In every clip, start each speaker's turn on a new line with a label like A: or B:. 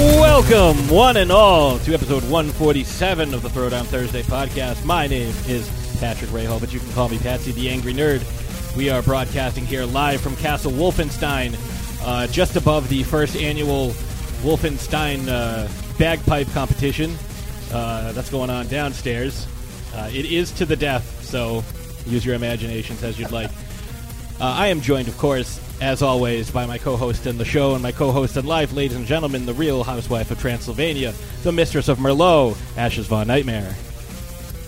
A: Welcome, one and all, to episode 147 of the Throwdown Thursday podcast. My name is Patrick Rahal, but you can call me Patsy the Angry Nerd. We are broadcasting here live from Castle Wolfenstein, uh, just above the first annual Wolfenstein uh, bagpipe competition uh, that's going on downstairs. Uh, it is to the death, so use your imaginations as you'd like. Uh, I am joined, of course, as always, by my co-host in the show and my co-host in life, ladies and gentlemen, the real housewife of Transylvania, the mistress of Merlot, Ashes Von Nightmare.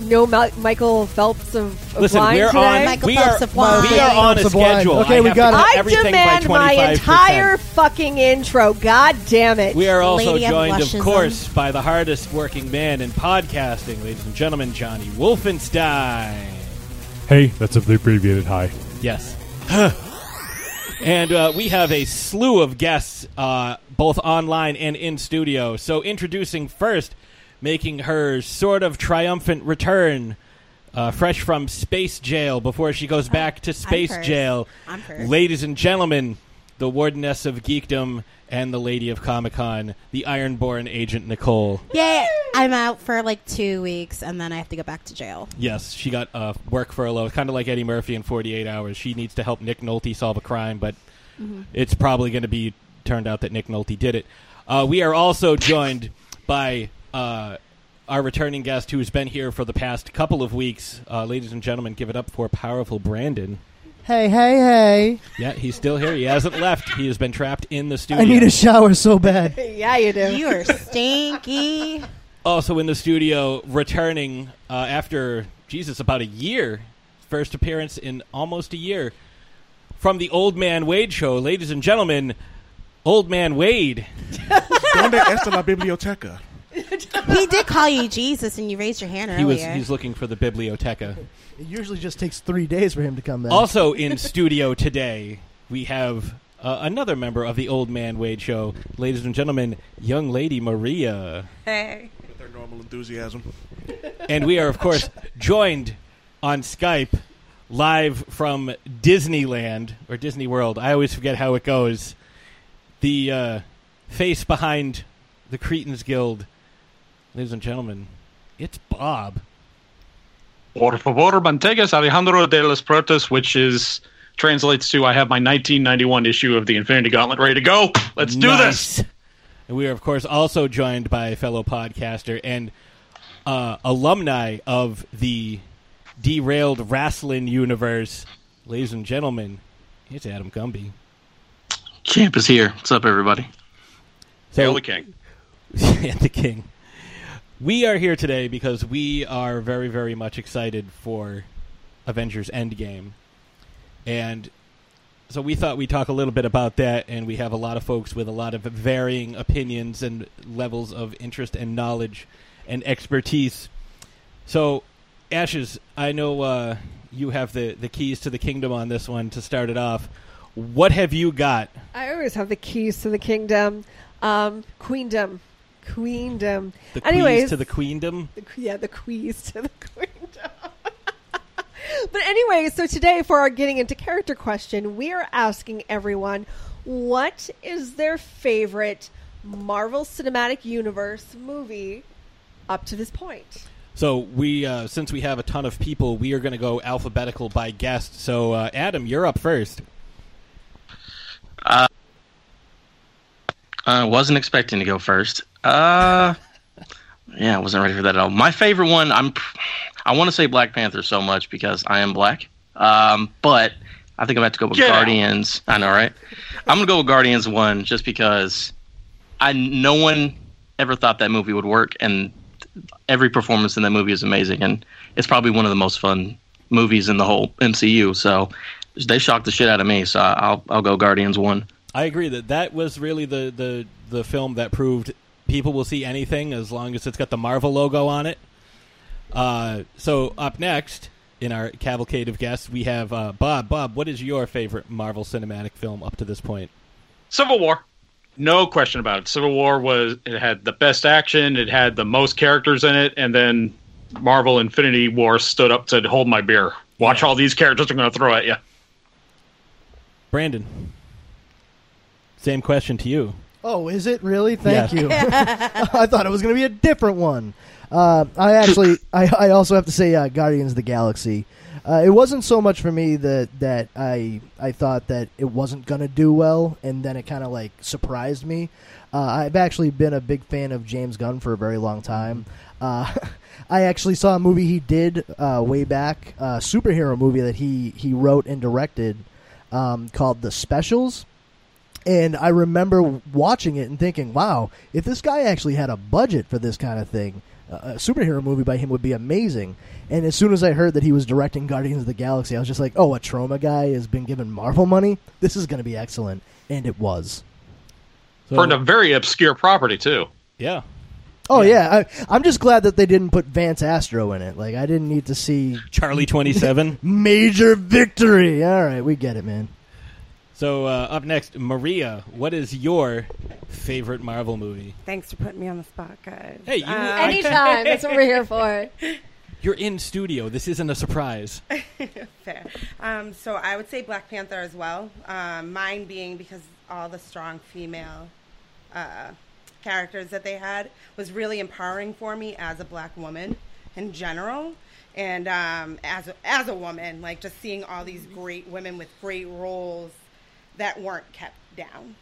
B: no Ma- Michael Phelps of, of
A: Listen,
B: wine
A: we're
B: today.
A: on
C: Michael
A: we are,
C: Phelps of wine.
A: we are on a
D: Phelps of wine.
A: schedule.
D: Okay,
A: I
D: we
A: have
D: got
A: to
D: it.
A: cut
B: I
A: everything
B: demand
A: by
B: my
A: 25%.
B: entire fucking intro. God damn it!
A: We are also
C: Lady of
A: joined, of
C: Lushism.
A: course, by the hardest working man in podcasting, ladies and gentlemen, Johnny Wolfenstein.
D: Hey, that's a abbreviated hi.
A: Yes. and uh, we have a slew of guests, uh, both online and in studio. So, introducing first, making her sort of triumphant return, uh, fresh from space jail before she goes back to space
C: first.
A: jail.
C: I'm first.
A: Ladies and gentlemen, the wardeness of geekdom and the lady of Comic Con, the Ironborn agent Nicole.
C: Yeah, I'm out for like two weeks, and then I have to go back to jail.
A: Yes, she got uh, work furlough, kind of like Eddie Murphy in 48 Hours. She needs to help Nick Nolte solve a crime, but it's probably going to be turned out that Nick Nolte did it. Uh, we are also joined by uh, our returning guest who's been here for the past couple of weeks. Uh, ladies and gentlemen, give it up for powerful Brandon.
D: Hey, hey, hey.
A: Yeah, he's still here. He hasn't left. He has been trapped in the studio.
D: I need a shower so bad.
B: yeah, you do.
C: You are stinky.
A: also in the studio, returning uh, after Jesus about a year, first appearance in almost a year from the Old Man Wade show, ladies and gentlemen. Old Man Wade.
E: ¿Dónde está la biblioteca?
C: he did call you Jesus, and you raised your hand
A: He was
C: earlier.
A: he's looking for the biblioteca.
D: It usually just takes three days for him to come back.
A: Also in studio today, we have uh, another member of the Old Man Wade show, ladies and gentlemen, young lady Maria.
E: With their normal enthusiasm.
A: And we are, of course, joined on Skype live from Disneyland or Disney World. I always forget how it goes. The uh, face behind the Cretans Guild, ladies and gentlemen, it's Bob.
F: Por favor, mantegas Alejandro de los Protos, which is translates to I have my 1991 issue of the Infinity Gauntlet ready to go. Let's do this.
A: Nice. And we are, of course, also joined by a fellow podcaster and uh, alumni of the derailed wrestling universe, ladies and gentlemen. It's Adam Gumby.
F: Champ is here. What's up, everybody? Hail the king.
A: and the king. We are here today because we are very, very much excited for Avengers Endgame. And so we thought we'd talk a little bit about that, and we have a lot of folks with a lot of varying opinions and levels of interest and knowledge and expertise. So, Ashes, I know uh, you have the, the keys to the kingdom on this one to start it off. What have you got?
B: I always have the keys to the kingdom, um, queendom, queendom.
A: The
B: Anyways,
A: keys to the queendom?
B: the- yeah, the queens to the queendom. but anyway, so today for our getting into character question, we are asking everyone what is their favorite Marvel Cinematic Universe movie up to this point.
A: So we, uh, since we have a ton of people, we are going to go alphabetical by guest. So uh, Adam, you're up first.
G: Uh, wasn't expecting to go first. Uh, yeah, I wasn't ready for that at all. My favorite one, I'm, I want to say Black Panther so much because I am black. Um, but I think I'm about to go with
F: Get out.
G: Guardians. I know, right? I'm gonna go with Guardians one just because I no one ever thought that movie would work, and every performance in that movie is amazing, and it's probably one of the most fun movies in the whole MCU. So they shocked the shit out of me. So I'll I'll go Guardians one.
A: I agree that that was really the the the film that proved people will see anything as long as it's got the Marvel logo on it. Uh, so up next in our cavalcade of guests, we have uh, Bob. Bob, what is your favorite Marvel cinematic film up to this point?
F: Civil War. No question about it. Civil War was it had the best action, it had the most characters in it, and then Marvel Infinity War stood up to hold my beer. Watch all these characters I'm going to throw at you.
A: Brandon, same question to you.
D: Oh, is it really? Thank
A: Yeah.
D: you. I thought it was going to be a different one. Uh, I actually, I, I also have to say, uh, Guardians of the Galaxy. Uh, it wasn't so much for me that that I I thought that it wasn't going to do well, and then it kind of like surprised me. Uh, I've actually been a big fan of James Gunn for a very long time. Uh, I actually saw a movie he did uh, way back, a superhero movie that he he wrote and directed um, called The Specials and I remember watching it and thinking, "Wow, if this guy actually had a budget for this kind of thing, uh, a superhero movie by him would be amazing." And as soon as I heard that he was directing Guardians of the Galaxy, I was just like, "Oh, a trauma guy has been given Marvel money. This is going to be excellent." And it was.
A: So-
F: for a very obscure property too.
A: yeah.
D: Oh yeah, I, I'm just glad that they didn't put Vance Astro in it. Like I didn't need to see
A: Charlie 27.
D: major victory. All right, we get it, man.
A: so, uh, up next, Maria, what is your favorite Marvel movie?
H: Thanks for putting me on the spot, guys. Um,
A: Hey, you-
B: Anytime. That's what we're here for.
A: You're in studio. This isn't a surprise.
H: Fair. Um, so I would say Black Panther as well. Um, mine being because all the strong female uh, characters that they had was really empowering for me as a black woman in general, and um, as a, as a woman, like just seeing all these
B: Mm-hmm.
H: great women with great roles that weren't kept down.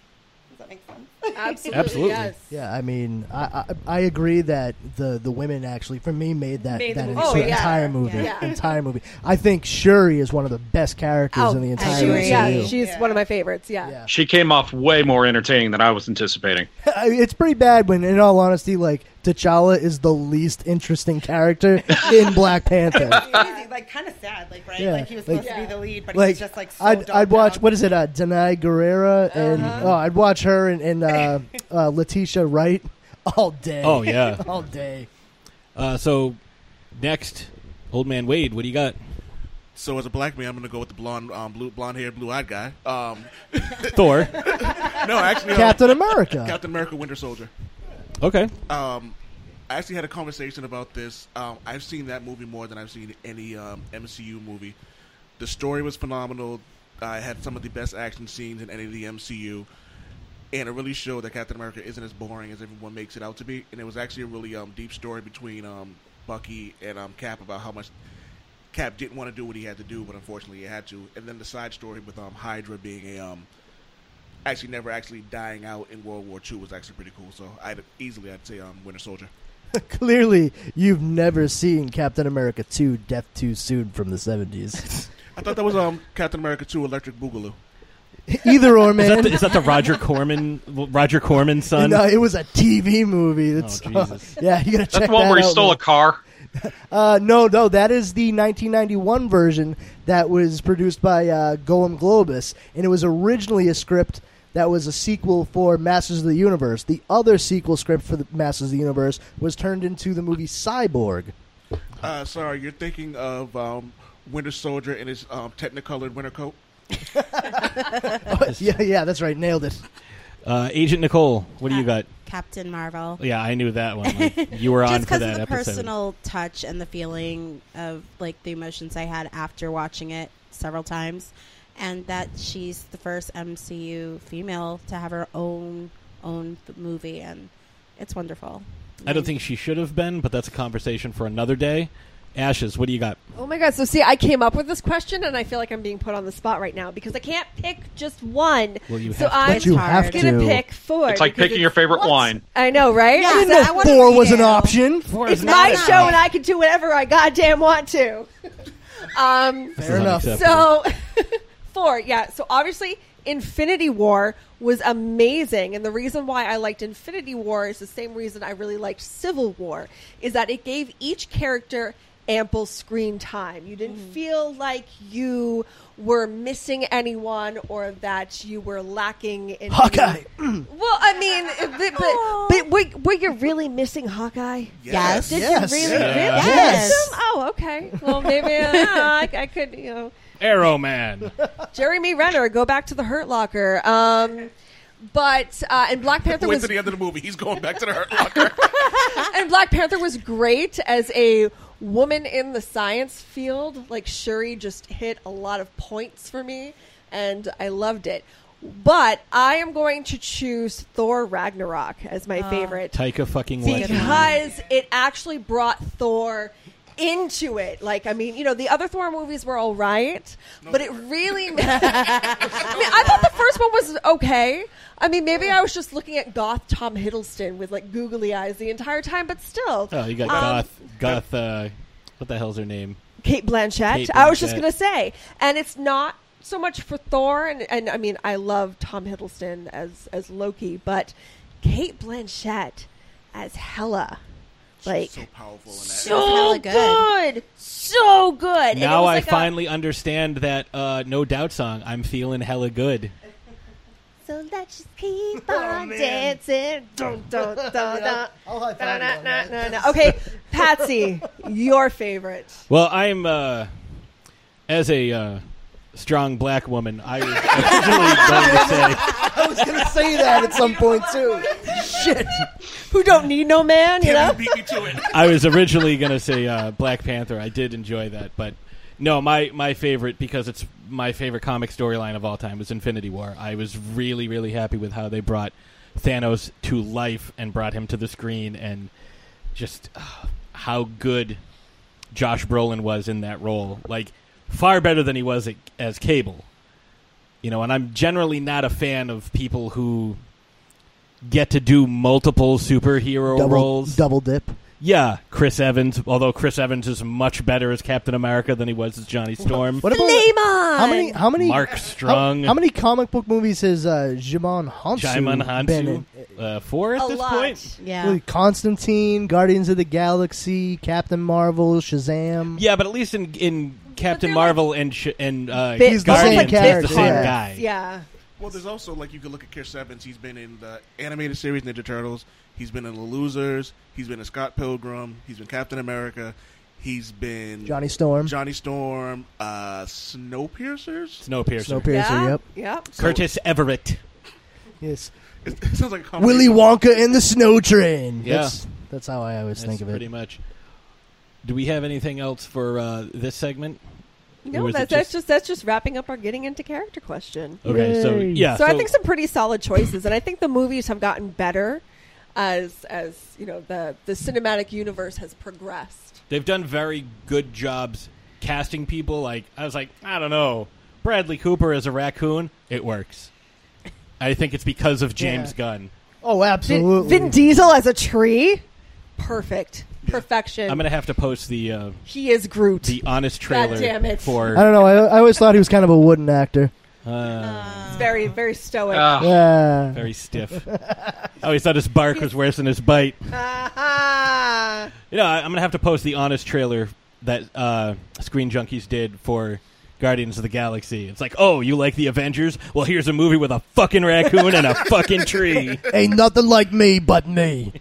H: Does that make sense?
B: Absolutely.
A: Absolutely.
B: Yes.
D: Yeah, I mean, I, I I agree that the the women actually for me made that
H: Made the
D: that
H: movie.
D: en-
H: Oh, yeah.
D: entire movie,
B: Yeah.
D: entire movie. I think Shuri is one of the best characters
C: Oh,
D: in the entire
B: She was,
C: agree.
B: yeah,
D: MCU.
B: she's
H: Yeah.
B: one of my favorites. Yeah.
D: Yeah.
F: She came off way more entertaining than I was anticipating.
D: I mean, it's pretty bad when, in all honesty, like T'Challa is the least interesting character in Black Panther.
H: Crazy, like kind of sad, like right,
D: Yeah,
H: like he was
D: like-
H: supposed to be the lead, but he
D: Like,
H: was just like so
D: I'd, I'd
H: dumbed
D: watch
H: down. Uh-huh.
D: what is it? Uh, Denai Guerrera and oh, I'd watch her and, and uh, uh, Letitia Wright all day.
A: Oh, yeah.
D: all day.
A: Uh, so, next, Old Man Wade, what do you got?
E: So as a black man, I'm gonna go with the blonde, um, blue, blonde-haired, blue-eyed guy. Um,
A: Thor.
E: no, actually, um,
D: Captain America.
E: Captain America, Winter Soldier.
A: Okay.
E: Um, I actually had a conversation about this. Um, I've seen that movie more than I've seen any um, MCU movie. The story was phenomenal. I had some of the best action scenes in any of the MCU, and it really showed that Captain America isn't as boring as everyone makes it out to be. And it was actually a really um, deep story between um, Bucky and um, Cap about how much Cap didn't want to do what he had to do, but unfortunately he had to. And then the side story with um, Hydra being a um, actually never actually dying out in World War II was actually pretty cool. So I'd easily I'd say um, Winter Soldier.
D: Clearly, you've never seen Captain America 2 Death Too Soon from the 70s.
E: I thought that was um Captain America 2 Electric Boogaloo.
D: Either or,
A: Is
D: man.
A: that, the, is that the Roger Corman Roger Corman son?
D: no, it was a TV movie. That's,
A: Jesus.
D: yeah, you gotta check
F: Oh, That's the one
D: that
F: where he
D: out,
F: stole
D: man.
F: a car.
D: Uh, no, no, that is the 1991 version that was produced by uh, Golem Globus, and it was originally a script that was a sequel for Masters of the Universe. The other sequel script for the Masters of the Universe was turned into the movie Cyborg.
E: Uh, sorry, you're thinking of um, Winter Soldier in his um, Technicolor winter coat.
D: yeah, yeah, that's right, nailed it.
A: Uh, Agent Nicole, what do you got?
C: Captain Marvel.
A: Yeah, I knew that one. Like, you were on
C: Ah. Just
A: for
C: because of
A: that
C: the
A: episode.
C: personal touch and the feeling of like the emotions I had after watching it several times, and that she's the first MCU female to have her own own f- movie, and it's wonderful.
A: I don't think she should have been, but that's a conversation for another day. Ashes, what do you got?
B: Oh my god! So see, I came up with this question, and I feel like I'm being put on the spot right now because I can't pick just one.
A: Well, you
B: so
A: have to.
B: I'm
C: But you
D: have
B: just gonna
D: to.
B: pick four.
F: It's like
B: because
F: picking your favorite
B: what?
F: wine.
B: I know, right?
C: Yeah,
D: Didn't
C: so I
D: know
C: wanna
D: four
C: be
D: was an
C: you.
D: option.
B: It's my
C: not.
B: show, and I can do whatever I goddamn want to. Um,
D: Fair
A: This is
D: enough.
A: unacceptable.
B: so four, yeah. So obviously, Infinity War was amazing, and the reason why I liked Infinity War is the same reason I really liked Civil War is that it gave each character ample screen time. You didn't feel like you were missing anyone or that you were lacking in Mm. any-
D: Hawkeye.
B: Well, I mean, but, but, but were, were you really missing Hawkeye?
C: Yes.
B: Did
D: Yes.
B: you really?
D: Yeah.
B: really miss
C: Yes.
B: him? Oh, okay. Well, maybe uh, I, I could, you know,
A: Arrow Oh, Man.
B: Jeremy Renner, go back to the Hurt Locker. Um, but uh, and Black Panther
E: Wait
B: was
E: to the end of the movie. He's going back to the Hurt Locker.
B: and Black Panther was great as a woman in the science field. Like Shuri just hit a lot of points for me, and I loved it. But I am going to choose Thor Ragnarok as my favorite
A: Taika fucking Waititi.
B: because it actually brought Thor into it. Like, I mean, you know, the other Thor movies were all right, but it really. I mean, I thought the first one was okay. I mean, maybe I was just looking at goth Tom Hiddleston with like googly eyes the entire time, but still.
A: Oh, you
B: Um,
A: got Goth. Goth. Uh, what the hell's her name?
B: Kate Blanchett.
A: Kate
B: I was just
A: Blanchett.
B: gonna say, and it's not so much for Thor, and, and I mean, I love Tom Hiddleston as as Loki, but Kate Blanchett as Hela, like
E: so powerful in that.
B: so
C: Hella good.
B: good, so good. And it
A: now
B: was
A: I
B: like a-
A: finally understand that uh, No Doubt song. I'm feeling hella good.
B: So let's just keep
D: Oh,
B: on dancing. Dun, dun, dun, dun.
D: I'll high five you
B: Na, na,
D: on
B: na,
D: that.
B: na, na. Okay, Patsy, your favorite.
A: Well, I'm uh, as a uh, strong black woman. I was originally going
D: I was gonna
A: to say
D: say that at some point too. Shit.
B: Who don't need no man, you
E: Damn,
B: know?
E: you beat me to it.
A: I was originally going to say uh, Black Panther. I did enjoy that, but no, my my favorite because it's my favorite comic storyline of all time was Infinity War. I was really really happy with how they brought Thanos to life and brought him to the screen and just uh, how good Josh Brolin was in that role. Like far better than he was at, as Cable. You know, and I'm generally not a fan of people who get to do multiple superhero
D: Double
A: roles.
D: double dip.
A: Yeah, Chris Evans. Although Chris Evans is much better as Captain America than he was as Johnny Storm.
D: What about
B: Name
D: how many? How many?
A: Mark Strong.
D: How, how many comic book movies has uh, Jimon Hansu
A: Jaimon
D: been
A: Hansu?
D: in?
A: Uh, four at
B: A
A: this
B: lot.
A: point.
C: Yeah.
D: Like Constantine, Guardians of the Galaxy, Captain Marvel, Shazam.
A: Yeah, but at least in in Captain
B: they're
A: Marvel and sh- and uh,
B: Bit- He's
A: Guardians,
B: the same
A: it's
D: character.
A: the same
D: Yeah.
A: guy.
B: Yeah.
E: Well, there's also like you could look at Chris Evans. He's been in the animated series Ninja Turtles. He's been in The Losers. He's been in Scott Pilgrim. He's been Captain America. He's been
D: Johnny Storm,
E: Johnny Storm. Uh, Snowpiercers.
A: Snowpiercer.
D: Snowpiercer. Yep.
B: Yep.
A: Curtis Everett.
D: Yes.
E: It, it sounds like a combination.
D: Willy Wonka and the Snow Train.
A: Yeah.
D: That's, that's how I always
A: That's
D: think of
A: pretty
D: it.
A: much. Do we have anything else for uh, this segment? Or
B: No,
A: was it
B: that's, that's just that's just wrapping up our getting into character question.
A: Okay, so
D: Yay.
A: yeah,
B: so, I think some pretty solid choices, and I think the movies have gotten better as as you know the the cinematic universe has progressed.
A: They've done very good jobs casting people. Like I was like, I don't know, Bradley Cooper as a raccoon. It works. I think it's because of James
D: Yeah.
A: Gunn.
D: Oh,
B: Vin,
D: absolutely.
B: Vin Diesel as a tree, perfect, perfection.
A: I'm gonna have to post the uh,
B: he is Groot.
A: the honest trailer
B: damn it.
D: I
A: for.
D: don't know. I, I always thought he was kind of a wooden actor.
A: Uh,
B: He's very very stoic.
F: Ah.
D: Yeah.
A: very stiff. Oh, I always thought his bark was worse than his bite.
B: Uh. Ah-ha.
A: You know, I, I'm gonna have to post the honest trailer that uh, Screen Junkies did for Guardians of the Galaxy. It's like, oh, you like the Avengers? Well, here's a movie with a fucking raccoon and a fucking tree.
D: Ain't nothing like me but me.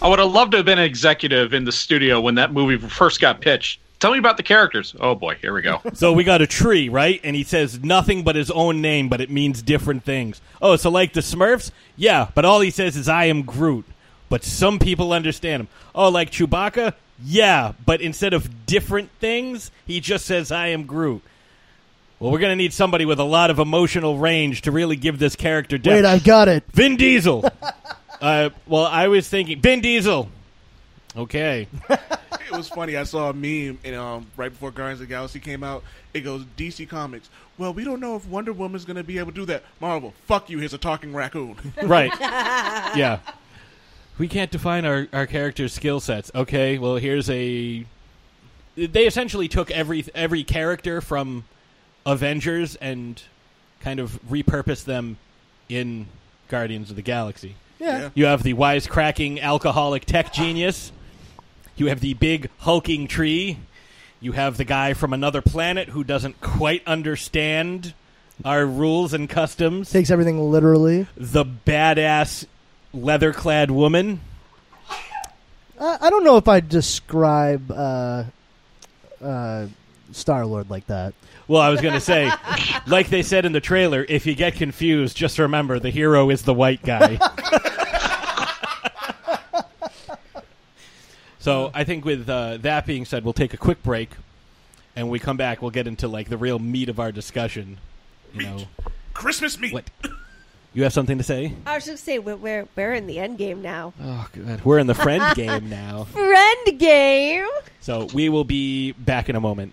F: I would have loved to have been an executive in the studio when that movie first got pitched. Tell me about the characters. Oh boy, here we go.
A: So we got a tree, right? And he says nothing but his own name, but it means different things. Oh, so like the Smurfs? Yeah, but all he says is I am Groot. But some people understand him. Oh, like Chewbacca? Yeah, but instead of different things, he just says I am Groot. Well, we're going to need somebody with a lot of emotional range to really give this character depth.
D: Wait, I got it.
A: Vin Diesel. uh, well, I was thinking Vin Diesel. Okay.
E: It was funny. I saw a meme and, um, right before Guardians of the Galaxy came out. It goes DC Comics. Well, we don't know if Wonder Woman's going to be able to do that. Marvel, fuck you. Here's a talking raccoon.
A: Right. yeah. We can't define our, our characters' skill sets. Okay, well, here's a. They essentially took every every character from Avengers and kind of repurposed them in Guardians of the Galaxy.
E: Yeah.
A: You have the wisecracking alcoholic tech genius. You have the big hulking tree. You have the guy from another planet who doesn't quite understand our rules and customs
D: Takes everything literally.
A: the badass leather clad woman.
D: I, I don't know if I'd describe uh, uh, Star Lord like that.
A: Well, I was going to say, like they said in the trailer, if you get confused, just remember the hero is the white guy. so I think with uh, that being said, we'll take a quick break, and when we come back, we'll get into like the real meat of our discussion. You know,
E: Christmas meat.
A: What? You have something to say?
B: I was just say we're, we're we're in the end game now.
A: Oh, good. We're in the friend game now.
B: Friend game.
A: So we will be back in a moment.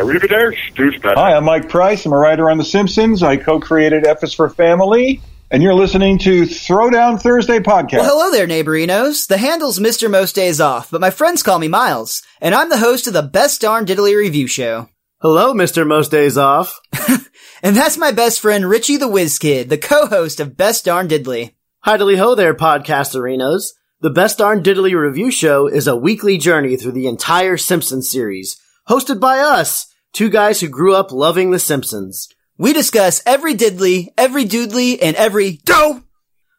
I: Arrivederci, douchebag.
J: Hi, I'm Mike Price. I'm a writer on The Simpsons. I co-created F is for Family, and you're listening to Throwdown Thursday podcast.
K: Well, hello there, neighborinos. The handle's Mr. Most Days Off, but my friends call me Miles, and I'm the host of the Best Darn Diddly Review Show.
L: Hello, Mr. Most Days Off.
K: And that's my best friend Richie the Whiz Kid, the co-host of Best Darn Diddly.
L: Hidely ho there, podcasterinos. The Best Darn Diddly Review Show is a weekly journey through the entire Simpsons series, hosted by us, two guys who grew up loving The Simpsons.
K: We discuss every diddly, every doodly, and every do.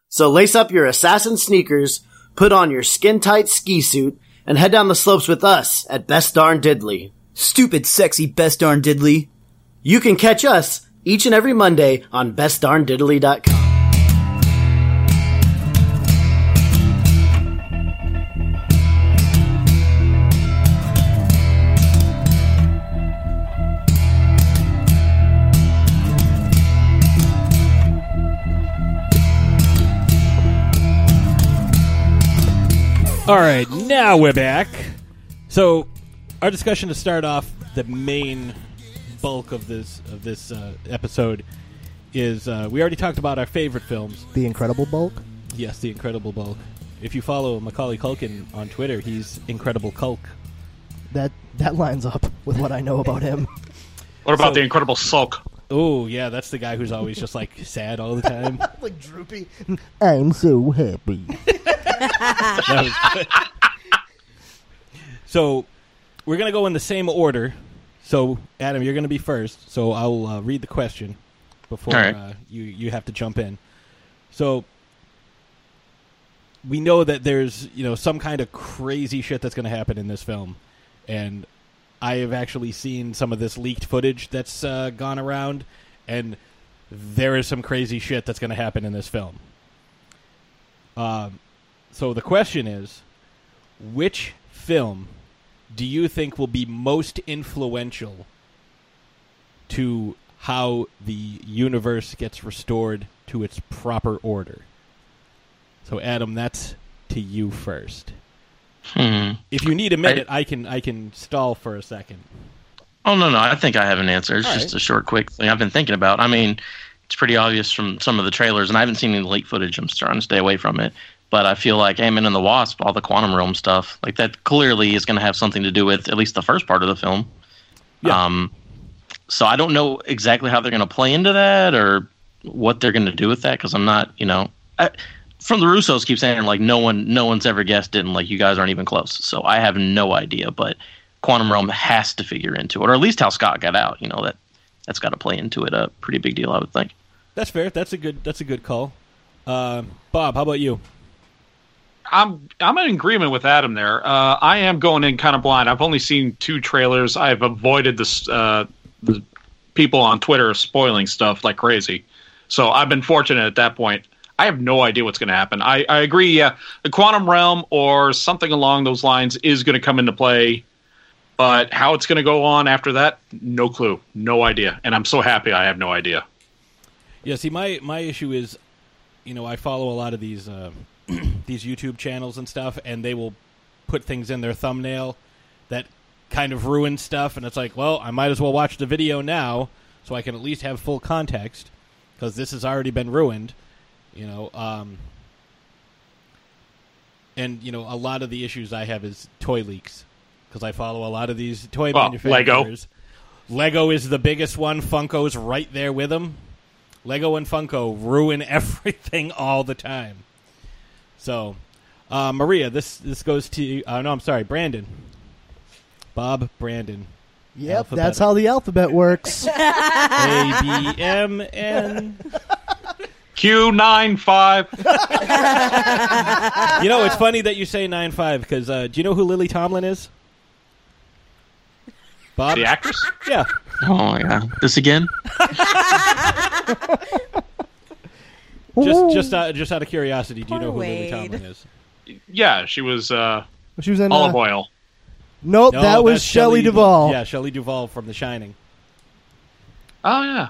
L: So lace up your assassin sneakers, put on your skin-tight ski suit, and head down the slopes with us at Best Darn Diddly.
K: Stupid, sexy Best Darn Diddly.
L: You can catch us each and every Monday on bestdarndiddly.com.
A: All right, now we're back. So, our discussion to start off the main bulk of this of this uh, episode is uh, we already talked about our favorite films.
D: The Incredible Bulk.
A: Yes, the Incredible Bulk. If you follow Macaulay Culkin on Twitter, he's Incredible Culk.
D: That that lines up with what I know about him.
F: What about
A: So-
F: the incredible sulk?
A: Oh yeah, that's the guy who's always just like sad all the time.
D: like droopy. I'm so happy.
A: That was good. so we're going to go in the same order. So Adam, you're going to be first. So I'll uh, read the question before
G: All right.
A: uh, you you have to jump in. So we know that there's you know some kind of crazy shit that's going to happen in this film, and I have actually seen some of this leaked footage that's uh, gone around, and there is some crazy shit that's going to happen in this film. Um, so the question is, which film do you think will be most influential to how the universe gets restored to its proper order? So Adam, that's to you first.
G: Hmm.
A: If you need a minute, I, can I can stall for a second.
G: Oh no, no. I think I have an answer. It's
A: All
G: just
A: right.
G: a short, quick thing I've been thinking about. I mean, it's pretty obvious from some of the trailers, and I haven't seen any leak footage. I'm trying to stay away from it. But I feel like Ant-Man and the Wasp, all the quantum realm stuff, like that clearly is going to have something to do with at least the first part of the film.
A: Yeah.
G: Um, so I don't know exactly how they're going to play into that or what they're going to do with that because I'm not, you know, I, from the Russos keep saying like no one, no one's ever guessed it, and like you guys aren't even close. So I have no idea, but Quantum Realm has to figure into it, or at least how Scott got out. You know that that's got to play into it. A pretty big deal, I would think.
A: That's fair. That's a good that's a good call. Um Bob, how about you?
F: I'm I'm in agreement with Adam there. Uh, I am going in kind of blind. I've only seen two trailers. I've avoided this uh, the people on Twitter spoiling stuff like crazy. So I've been fortunate at that point. I have no idea what's going to happen. I, I agree. Yeah, the quantum realm or something along those lines is going to come into play, but how it's going to go on after that, no clue, no idea. And I'm so happy I have no idea.
A: Yeah, see, my my issue is, you know, I follow a lot of these uh, these YouTube channels and stuff, and they will put things in their thumbnail that kind of ruin stuff, and it's like, well, I might as well watch the video now so I can at least have full context because this has already been ruined, you know. Um, and you know, a lot of the issues I have is toy leaks because I follow a lot of these toy
F: Well,
A: manufacturers. Lego is the biggest one. Funko's right there with them. Lego and Funko ruin everything all the time. So, uh, Maria, this this goes to uh, no, I'm sorry, Brandon, Bob, Brandon.
D: Yep, that's how the alphabet works.
A: A B M N.
F: Q nine five.
A: You know, it's funny that you say nine five because uh, do you know who Lily Tomlin is? Bob,
G: The
F: actress.
A: Yeah.
G: Oh my god, this again?
A: Just just uh, just out of curiosity, do you know who
C: Wade.
A: Lily Tomlin is?
F: Yeah, she was. Uh,
D: She was in,
F: olive
D: uh,
F: oil.
D: Nope,
A: No,
D: that was
A: that's
D: Shelley Duvall.
A: Yeah, Shelley Duvall from The Shining.
F: Oh yeah.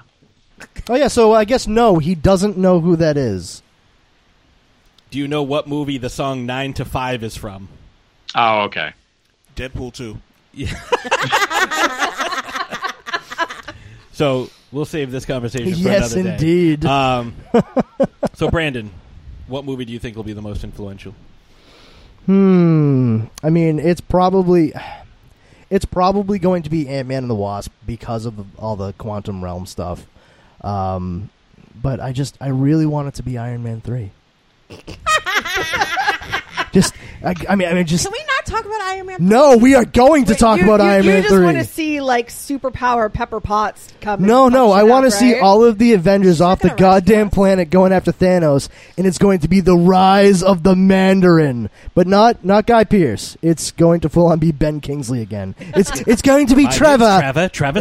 D: Oh yeah, so I guess no, he doesn't know who that is.
A: Do you know what movie the song Nine to Five is from?
F: Oh, okay.
E: Deadpool two.
A: Yeah. So we'll save this conversation for
D: Yes,
A: another day.
D: indeed.
A: Um, so, Brandon, what movie do you think will be the most influential?
D: Hmm. I mean, it's probably it's probably going to be Ant Man and the Wasp because of all the quantum realm stuff. Um, but I just I really want it to be Iron Man three. just I, I mean I mean just
C: Can we not talk about Iron Man?
D: no we are going to talk
B: you,
D: about
B: you-
D: Iron
B: you
D: Man
B: just want
D: three.
B: to see like superpower Pepper Potts come.
D: No,
B: and
D: no,
B: punch
D: I
B: it
D: want
B: up,
D: to see
B: right?
D: all of the Avengers off the goddamn planet going after Thanos, and it's going to be the rise of the Mandarin, but not not Guy Pierce. It's going to full on be Ben Kingsley again. It's it's going to be
A: My name's
D: Trevor.
A: Trevor. Trevor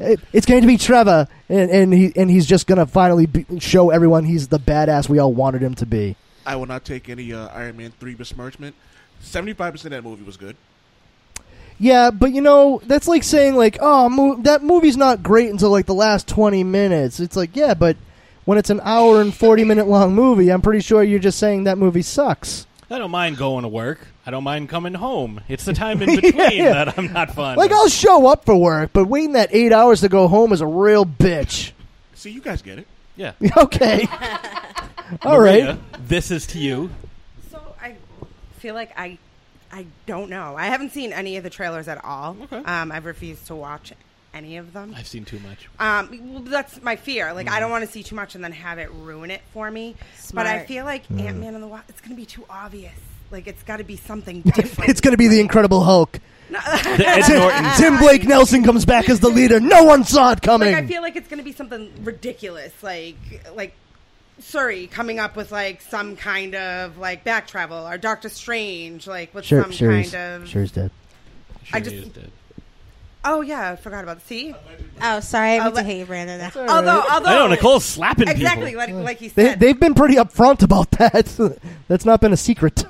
D: It- it's going to be Trevor, and, and he and he's just going to finally be, show everyone he's the badass we all wanted him to be.
E: I will not take any uh, Iron Man three besmirchment. Seventy five percent of that movie was good.
D: Yeah, but you know that's like saying like, oh, mo- that movie's not great until like the last twenty minutes. It's like, yeah, but when it's an hour and forty minute long movie, I'm pretty sure you're just saying that movie sucks.
A: I don't mind going to work. I don't mind coming home. It's the time in between
D: yeah.
A: that I'm not fun.
D: Like
A: with.
D: I'll show up for work, but waiting that eight hours to go home is a real bitch.
E: See, you guys get it.
A: yeah.
D: Okay. All
A: Maria,
D: right.
A: This is to you.
H: So I feel like I I don't know. I haven't seen any of the trailers at all. Okay. Um, I've refused to watch any of them.
A: I've seen too much.
H: Um, well, that's my fear. Like,
D: Mm-hmm.
H: I don't want to see too much and then have it ruin it for me. But I
C: Smart.
H: feel like
D: Mm.
H: Ant Man and the Wasp. It's going to be too obvious. Like, it's got to be something different.
D: It's going to be the Incredible Hulk.
A: Ed
D: Tim,
A: Norton.
D: Tim Blake Nelson comes back as the leader. No one saw it coming.
H: Like, I feel like it's going to be something ridiculous. Like, like Surrey coming up with like some kind of like back travel or Doctor Strange like with
D: sure,
H: some
D: sure,
H: kind
D: he's,
H: of.
D: sure he's dead.
H: I just. Oh yeah, I forgot about see.
C: Oh, sorry, I meant
H: Alle-
C: to hate you, Brandon. That.
H: Although, although
A: I know Nicole's slapping
H: exactly
A: people.
H: like like he
D: They,
H: said.
D: they've been pretty upfront about that. That's not been a secret.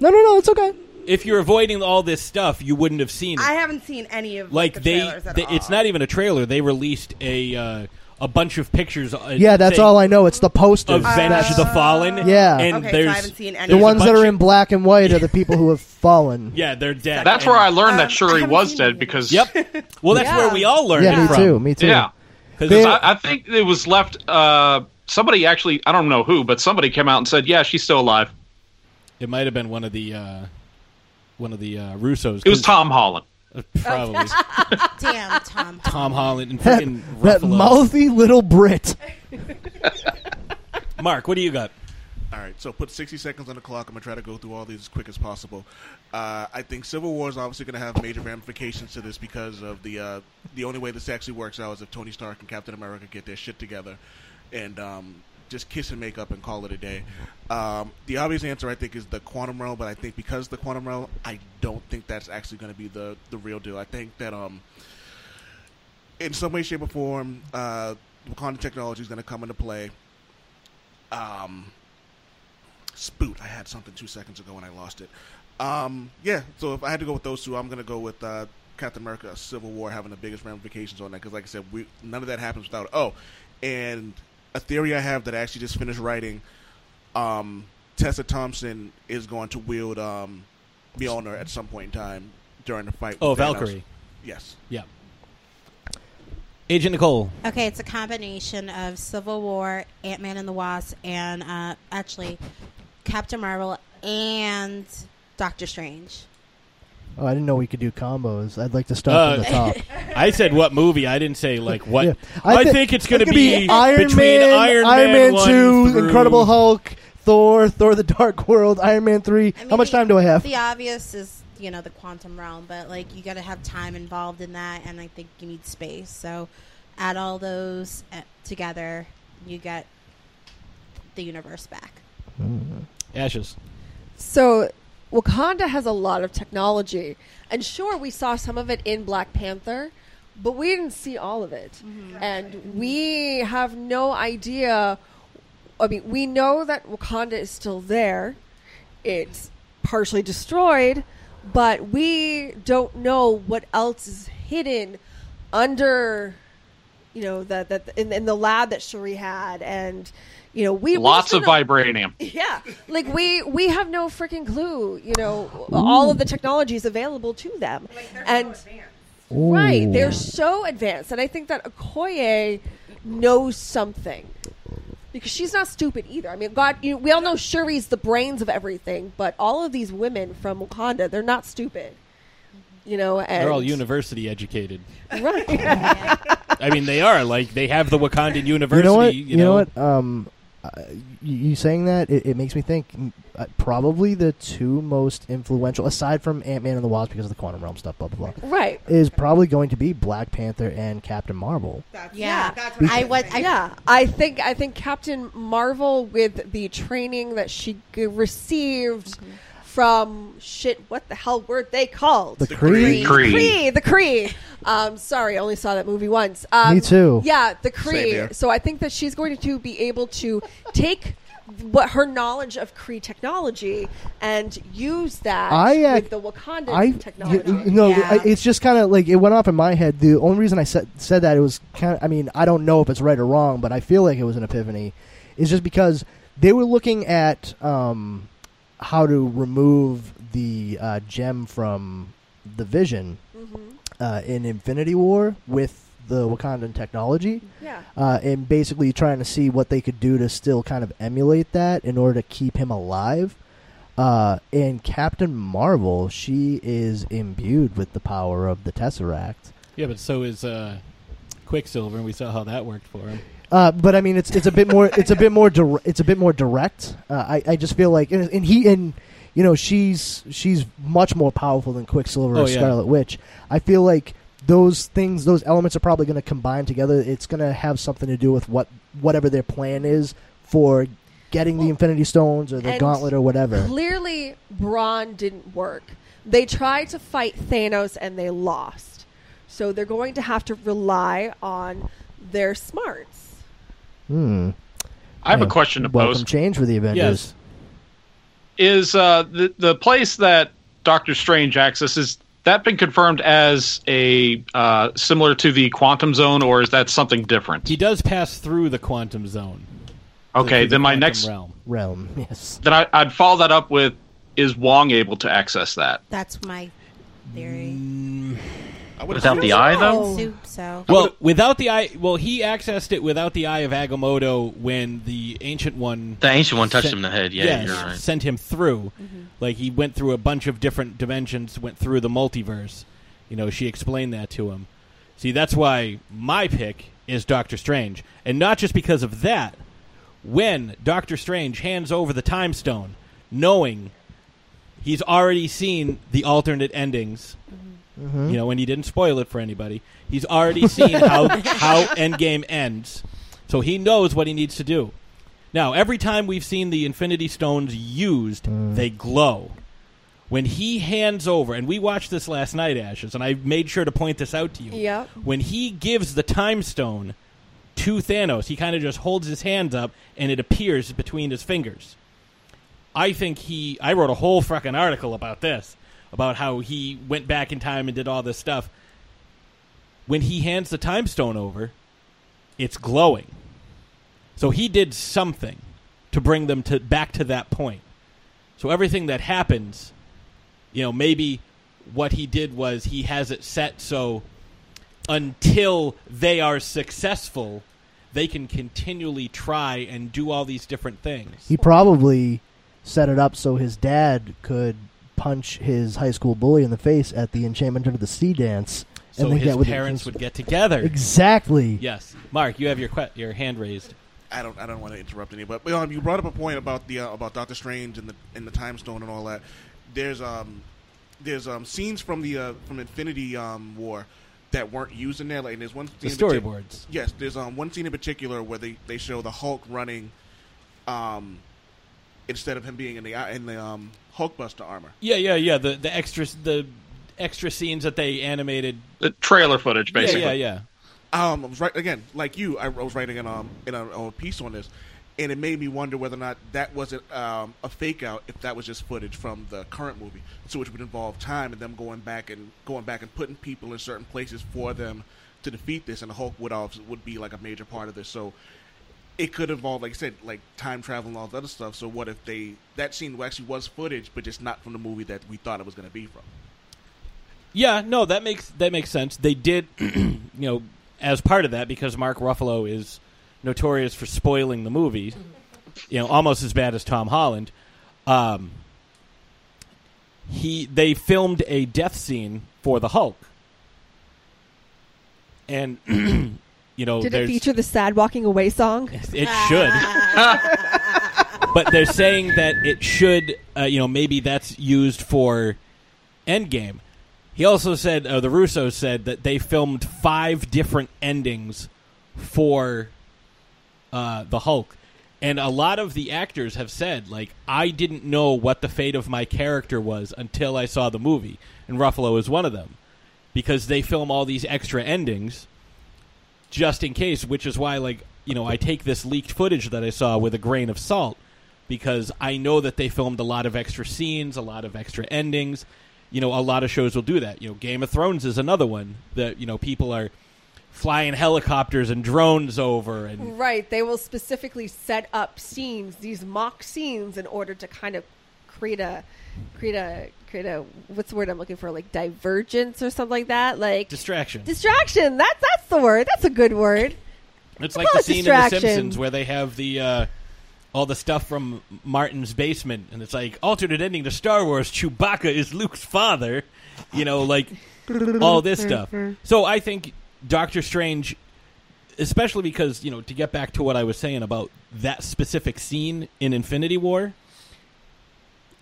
D: No, no, no. It's okay.
A: If you're avoiding all this stuff, you wouldn't have seen it.
H: I haven't seen any of
A: like
H: the
A: they,
H: trailers at
A: they-
H: all.
A: it's not even a trailer. They released a uh, a bunch of pictures. uh,
D: Yeah, that's
A: saying
D: all I know. It's the posters.
A: Avenge
D: That's-
A: the Fallen.
D: Yeah.
A: and
H: Okay, so I
A: there's
H: haven't seen any.
D: the
A: there's a
D: ones that
A: bunch
D: are in black and white are the people who have fallen.
A: Yeah, they're dead.
F: That's
A: And-
F: where I learned that Shuri was dead because. Yep.
A: Well, that's where we all learned.
D: Yeah,
A: it
D: me
A: from.
D: too, me too.
F: Yeah.
D: They-
F: Because I, I think it was left. Uh, somebody actually, I don't know who, but somebody came out and said, "Yeah, she's still alive."
A: It might have been one of the uh, one of the uh, Russos. Uh,
F: It was Tom Holland.
A: Probably
C: Damn, Tom.
A: Tom Holland and
D: That,
A: freaking
D: that
A: Ruffalo.
D: mouthy little Brit.
A: Mark, what do you got?
E: All right, so put 60 seconds on the clock. I'm going to try to go through all these as quick as possible. Uh, I think Civil War is obviously going to have major ramifications to this because of the uh, the only way this actually works out is if Tony Stark and Captain America get their shit together and um, just kiss and make up and call it a day. Um, the obvious answer, I think, is the Quantum Realm, but I think because the Quantum Realm, I don't think that's actually going to be the, the real deal. I think that. Um, in some way, shape, or form, uh, Wakanda technology is going to come into play. Um, Spoot, I had something two seconds ago and I lost it. Um, yeah, so if I had to go with those two, I'm going to go with uh, Captain America: Civil War having the biggest ramifications on that because, like I said, we none of that happens without. Oh, and a theory I have that I actually just finished writing: um, Tessa Thompson is going to wield um, Mjolnir at some point in time during the fight. with
A: Oh,
E: Thanos.
A: Valkyrie.
E: Yes.
A: Yeah. Agent Nicole.
C: Okay, it's a combination of Civil War, Ant Man and the Wasp, and uh, actually Captain Marvel and Doctor Strange.
D: Oh, I didn't know we could do combos. I'd like to start from the top.
A: Uh, I said what movie? I didn't say like what.
D: Yeah.
A: I,
D: thi-
A: think it's going to
D: gonna
A: be,
D: Iron
A: between
D: Man,
A: Iron, Man, 1
D: Two,
A: through-
D: Incredible Hulk, Thor, Thor: The Dark World, Iron Man Three. How much time do I have?
C: The obvious is you know the quantum realm, but like you got to have time involved in that, and I think you need space. So add all those uh, together, you get the universe back.
A: Ashes.
B: So Wakanda has a lot of technology, and sure, we saw some of it in Black Panther, but we didn't see all of it, and we have no idea. I mean, we know that Wakanda is still there; it's partially destroyed, but we don't know what else is hidden under, you know, that that in, in the lab that Shuri had, and you know, we we
F: Lots
B: still
F: of
B: don't-
F: vibranium.
B: yeah, like we we have no freaking clue. You know, all of the technologies available to them, and right, they're so advanced. And I think that Okoye knows something because she's not stupid either. I mean, God, you we all know Shuri's the brains of everything, but all of these women from Wakanda, they're not stupid. You know, and
A: They're all university educated.
B: right.
A: I mean, they are like they have the Wakandan
D: You
A: University.
D: know what? You, know, what? Um, uh, you, you saying that it, it makes me think. mm, Uh, probably the two most influential, aside from Ant Man and the Wasp, because of the quantum realm stuff, blah blah blah.
B: Right.
D: Is probably going to be Black Panther and Captain Marvel.
C: Yeah,
B: that's
C: what I was. I,
B: yeah, I think I think Captain Marvel with the training that she g- received
C: Mm-hmm.
B: from shit. What the hell were they called?
D: The The Kree. Kree.
B: Kree.
D: Kree.
B: Kree, The Kree. Um, sorry, I only saw that movie once. Um,
D: Me too.
B: Yeah, the
D: Same here.
B: Kree. So I think that she's going to be able to take what her knowledge of Kree technology and use that
D: I
B: with
D: ac-
B: the Wakandan
D: I
B: technology.
D: y- no,
B: Yeah.
D: I, it's just kind of like it went off in my head. The only reason I said said that it was kind of. I mean, I don't know if it's right or wrong, but I feel like it was an epiphany. Is just because they were looking at um, how to remove the uh, gem from the Vision
B: Mm-hmm.
D: uh, in Infinity War with the Wakandan technology.
B: Yeah.
D: Uh, and basically trying to see what they could do to still kind of emulate that in order to keep him alive. Uh, and Captain Marvel, she is imbued with the power of the Tesseract.
A: Yeah, but so is uh, Quicksilver, and we saw how that worked for him.
D: Uh, but I mean, it's it's a bit more it's a bit more dir- it's a bit more direct. Uh, I I just feel like and, and he and you know she's she's much more powerful than Quicksilver
A: Oh,
D: or
A: yeah.
D: Scarlet Witch. I feel like those things those elements are probably going to combine together. It's going to have something to do with what whatever their plan is for getting the Infinity Stones or the
B: And
D: Gauntlet or whatever.
B: Clearly, Braun didn't work. They tried to fight Thanos and they lost. So they're going to have to rely on their smarts.
D: Hmm.
F: I have a
D: Yeah.
F: question to
D: Welcome
F: pose.
D: change for the Avengers.
F: Is uh, the the place that Doctor Strange accesses that been confirmed as a uh, similar to the quantum zone, or is that something different?
A: He does pass through the quantum zone.
F: Okay,
A: Through the
F: then my
A: quantum
F: next
A: realm.
D: Realm. Yes.
F: then I, I'd follow that up with is Wong able to access that?
C: that's my theory.
F: Without the eye, though?
C: Soup, so
A: Well, without the eye, well, he accessed it without the eye of Agamotto when the ancient one.
G: The Ancient One touched
A: sent-
G: him in the head. Yeah,
A: yes,
G: you're right.
A: Sent him through, like he went through a bunch of different dimensions, went through the multiverse. You know, she explained that to him. See, that's why my pick is Doctor Strange, and not just because of that. When Doctor Strange hands over the Time Stone, knowing he's already seen the alternate endings. You know, and he didn't spoil it for anybody. He's already seen how how Endgame ends, so he knows what he needs to do. Now, every time we've seen the Infinity Stones used, they glow. When he hands over, and we watched this last night, Ashes, and I made sure to point this out to you.
B: Yep.
A: When he gives the Time Stone to Thanos, he kind of just holds his hands up, and it appears between his fingers. I think he. I wrote a whole fucking article about this about how he went back in time and did all this stuff. When he hands the time stone over, it's glowing. So he did something to bring them to back to that point. So everything that happens, you know, maybe what he did was he has it set so until they are successful, they can continually try and do all these different things.
D: He probably set it up so his dad could punch his high school bully in the face at the Enchantment of the Sea dance.
A: So
D: then
A: his
D: with-
A: parents would get together.
D: Exactly.
A: Yes, Mark, you have your que- your hand raised.
E: I don't I don't want to interrupt any, but but, um, you brought up a point about the uh, about Doctor Strange and the and the time stone and all that. There's um there's um scenes from the uh, from Infinity um War that weren't used in there. Like there's one
A: The
E: scene in partic-
A: storyboards.
E: yes, there's um one scene in particular where they they show the Hulk running, um instead of him being in the in the um Hulkbuster armor.
A: Yeah, yeah, yeah. The the extra the extra scenes that they animated.
F: The trailer footage,
A: Yeah,
F: basically.
A: yeah, yeah.
E: Um, I was right again, like you. I was writing an um in a, a piece on this, and it made me wonder whether or not that wasn't um, a fake out. If that was just footage from the current movie, so which would involve time and them going back and going back and putting people in certain places for them to defeat this, and the Hulk would obviously would be like a major part of this. So it could involve, like I said, like time travel and all that other stuff. So what if they that scene actually was footage, but just not from the movie that we thought it was going to be from?
A: Yeah, no, that makes that makes sense. They did, you know, as part of that because Mark Ruffalo is notorious for spoiling the movie, you know, almost as bad as Tom Holland. Um, he they filmed a death scene for the Hulk, and you know,
B: Did it
A: there's,
B: feature Ah. the sad walking away song?
A: It should. but they're saying that it should, uh, you know, maybe that's used for Endgame. He also said, uh, the Russos said that they filmed five different endings for uh, the Hulk. And a lot of the actors have said, like, I didn't know what the fate of my character was until I saw the movie. And Ruffalo is one of them. Because they film all these extra endings just in case, which is why, like, you know, I take this leaked footage that I saw with a grain of salt because I know that they filmed a lot of extra scenes, a lot of extra endings. You know, a lot of shows will do that. You know, Game of Thrones is another one that, you know, people are flying helicopters and drones over and
B: Right. They will specifically set up scenes, these mock scenes, in order to kind of create a create a create a what's the word I'm looking for? Like divergence or something like that. Like
A: distraction.
B: distraction. That's that's the word. That's a good word.
A: It's
B: How
A: like the
B: about
A: scene
B: distraction?
A: in The Simpsons where they have the uh, all the stuff from Martin's basement, and it's like alternate ending to Star Wars. Chewbacca is Luke's father, you know, like all this stuff. So I think Doctor Strange, especially because you know, to get back to what I was saying about that specific scene in Infinity War,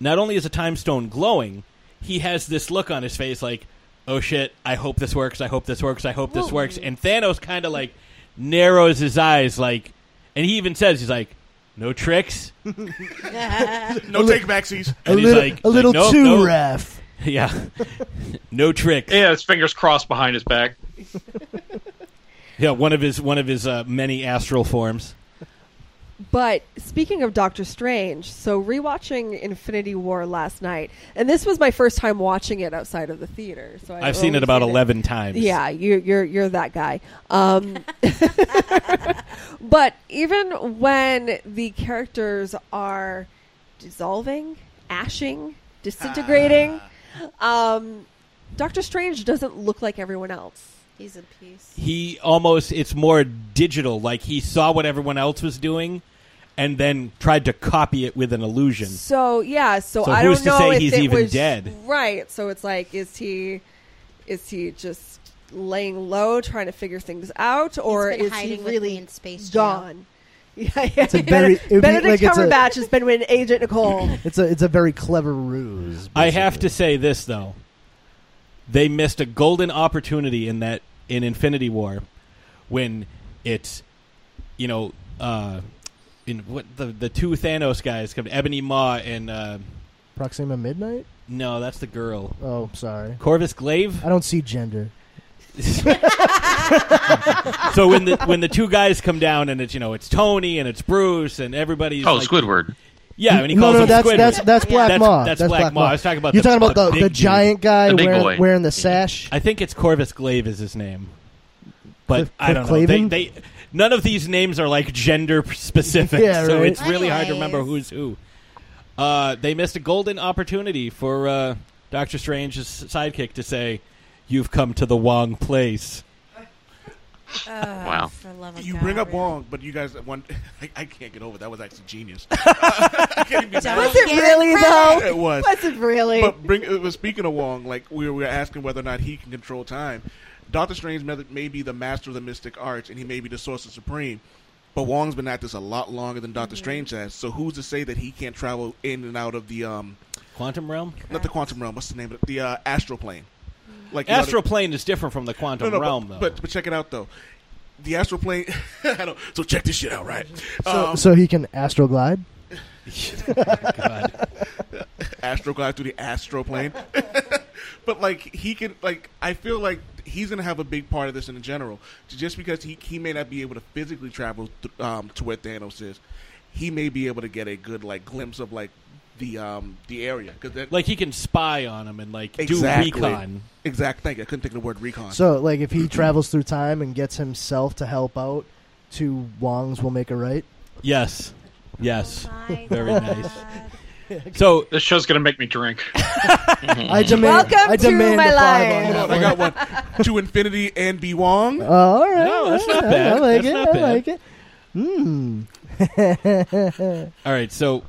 A: not only is a time stone glowing, he has this look on his face like, oh shit, I hope this works, I hope this works, I hope this
M: Whoa.
A: works. And Thanos kind of like narrows his eyes, like, and he even says, he's like, no tricks.
E: No take backsies.
A: And he's
D: little-
A: like,
D: a little
A: like, nope,
D: too
A: nope.
D: ref.
A: Yeah. no tricks.
F: Yeah, his fingers crossed behind his back.
A: Yeah, one of his one of his uh, many astral forms.
B: But speaking of Doctor Strange, so rewatching Infinity War last night, and this was my first time watching it outside of the theater. So I
A: I've seen
B: always
A: it about
B: get
A: 11 times.
B: Yeah, you, you're you're that guy. Um, but even when the characters are dissolving, ashing, disintegrating,
A: Ah.
B: um, Doctor Strange doesn't look like everyone else.
C: He's a piece.
A: He almost it's more digital, like he saw what everyone else was doing and then tried to copy it with an illusion.
B: So yeah, so,
A: So
B: I
A: who's
B: don't
A: to
B: know
A: say
B: if
A: he's
B: it
A: even
B: was
A: dead?
B: right. So it's like, is he, is he just laying low, trying to figure things out, or
C: been
B: is he
C: hiding with
B: really
C: me in space jail.
B: gone? Yeah, yeah.
D: It's a very- it would be
B: Benedict
D: like it's a-
B: Cumberbatch has been with Agent Nicole.
D: It's a it's a very clever ruse.
A: I have to say this though. They missed a golden opportunity in that in Infinity War when it's you know uh in what the the two Thanos guys come Ebony Maw and uh
D: Proxima Midnight.
A: no, that's the girl.
D: Oh, sorry.
A: Corvus Glaive?
D: I don't see gender.
A: so when the when the two guys come down and it's you know it's Tony and it's Bruce and everybody's
G: Oh,
A: like-
G: Squidward.
A: Yeah, and he
D: no,
A: calls
D: no,
A: him
D: that's,
A: Squidward.
D: that's that's Black
A: That's-
D: Maw.
A: That's, Black, Maw. I was talking about
D: You're talking about the,
A: big
D: the giant
A: dude.
D: guy wearing, wearing the sash.
A: I think it's Corvus Glaive is his name, but
D: Cliff-
A: I don't know.
D: Cliff
A: They,
D: Clavin?
A: they none of these names are like gender specific,
D: Yeah,
A: so
D: right.
A: it's really hard to remember who's who. Uh, they missed a golden opportunity for uh, Doctor Strange's sidekick to say, "You've come to the wrong place." Wow.
C: Uh, For love of
E: You
C: God,
E: bring up
C: really.
E: Wong, but you guys, one, I, I can't get over it. that. Was actually genius. I can't even be mad.
B: Was it really though?
E: It was.
B: Was it really?
E: But bring, it was speaking of Wong, like we were, we were asking whether or not he can control time. Doctor Strange may, may be the master of the mystic arts, and he may be the sorcerer supreme. But Wong's been at this a lot longer than
C: Mm-hmm.
E: Doctor Strange has. So who's to say that he can't travel in and out of the um,
A: quantum realm?
E: Not the quantum realm. What's the name of it? The uh, astral plane. Like you know, the-
A: Astral plane is different from the quantum
E: no, no,
A: realm,
E: but,
A: though.
E: But, but check it out though. The astral plane. I don't, so check this shit out, right?
D: So,
A: Oh.
E: Um,
D: so he can astral glide.
E: God. Astro glide through the astro plane. but like he can like I feel like he's gonna have a big part of this in general. Just because he, he may not be able to physically travel th- um, to where Thanos is, he may be able to get a good like glimpse of like the um the area because
A: like he can spy on him and like
E: exactly
A: do recon.
E: Exactly. Thank you. I couldn't think of the word recon.
D: So, like, if he travels through time and gets himself to help out, two Wongs will make a right.
A: Yes. Yes. Very nice. So
F: this show's gonna make me drink.
D: I demand. I demand a five on that
E: Hold on, I
D: one.
E: got one. to infinity and be Wong.
D: Oh, all right.
E: No, that's
D: all
E: not
D: right.
E: bad.
D: I like
E: That's
D: it.
E: not
D: I
E: bad.
D: like it. Hmm.
A: All right. So,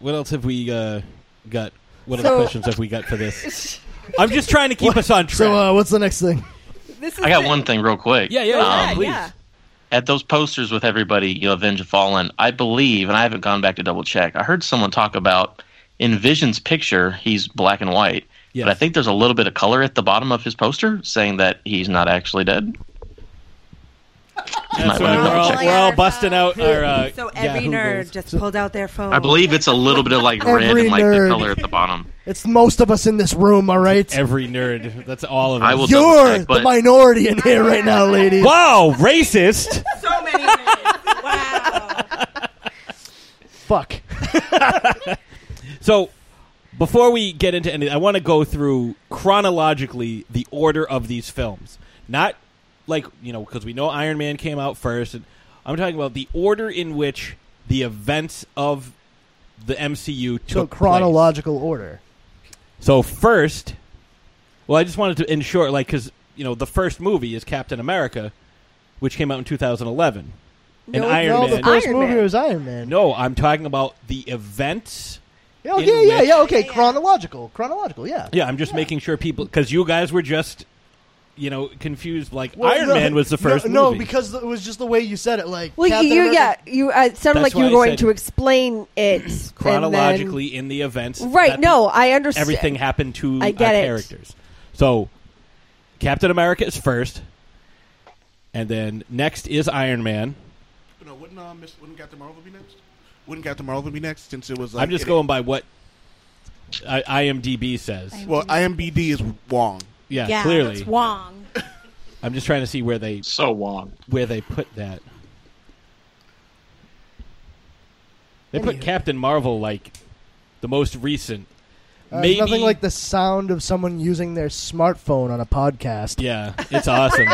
A: what else have we uh, got? What
B: So-
A: other questions have we got for this? I'm just trying to keep us on track.
D: so, uh, what's the next thing?
B: This
G: I got one thing real quick. Um,
A: Yeah, yeah, yeah, please.
G: At those posters with everybody, you know, Avenge of Fallen, I believe, and I haven't gone back to double check, I heard someone talk about in Vision's picture, he's black and white. But I think there's a little bit of color at the bottom of his poster saying that he's not actually dead.
A: That's right. We're all, we're all busting out our. Uh,
H: So every
A: Yahoo
H: nerd
A: goals.
H: just pulled out their phone.
G: I believe it's a little bit of like red
D: Every
G: and like
D: nerd.
G: the color at the bottom.
D: It's most of us in this room. All right.
A: Every nerd. That's all of us.
G: I will double
D: You're
G: check,
D: the
G: but
D: minority in here right now, ladies.
A: Wow, racist.
H: so many. nerds.
D: Fuck.
A: So, before we get into any, I want to go through chronologically the order of these films. Not like you know, because we know Iron Man came out first. And I'm talking about the order in which the events of the MCU
D: So,
A: took place.
D: chronological order.
A: So first, well, I just wanted to ensure, like, because you know, the first movie is Captain America, which came out in 2011. and
D: no,
A: Iron
D: no,
A: Man.
D: the first movie was Iron Man.
A: No, I'm talking about the events.
D: Oh,
A: in
D: yeah, yeah,
A: which-
D: yeah. Okay, chronological, chronological. Yeah.
A: Yeah, I'm just making sure people, because you guys were just, you know, confused. Like
D: Well,
A: Iron
D: no,
A: Man was the first
D: No, no,
A: movie.
D: because it was just the way you said it. Like,
B: Well,
D: Captain
B: you,
D: America-
B: yeah, you. Uh, it sounded
A: That's
B: like you were
A: why I
B: going
A: said-
B: to explain it and then-
A: chronologically in the events.
B: Right,
A: that
B: no,
A: the-
B: I understand.
A: Everything happened to
B: I get
A: our
B: it.
A: characters. So Captain America is first, and then next is Iron Man.
E: No, wouldn't uh, Miss, wouldn't Captain Marvel be next? Wouldn't Captain Marvel be next since it was? Like,
A: I'm just
E: it-
A: going by what I- IMDb says.
E: Well, IMBD is Wong.
A: Yeah,
C: yeah,
A: clearly.
C: It's Wong.
A: I'm just trying to see where they
F: so Wong
A: where they put that. They put Captain Marvel like the most recent.
D: Uh,
A: Maybe
D: nothing like the sound of someone using their smartphone on a podcast.
A: yeah, it's awesome.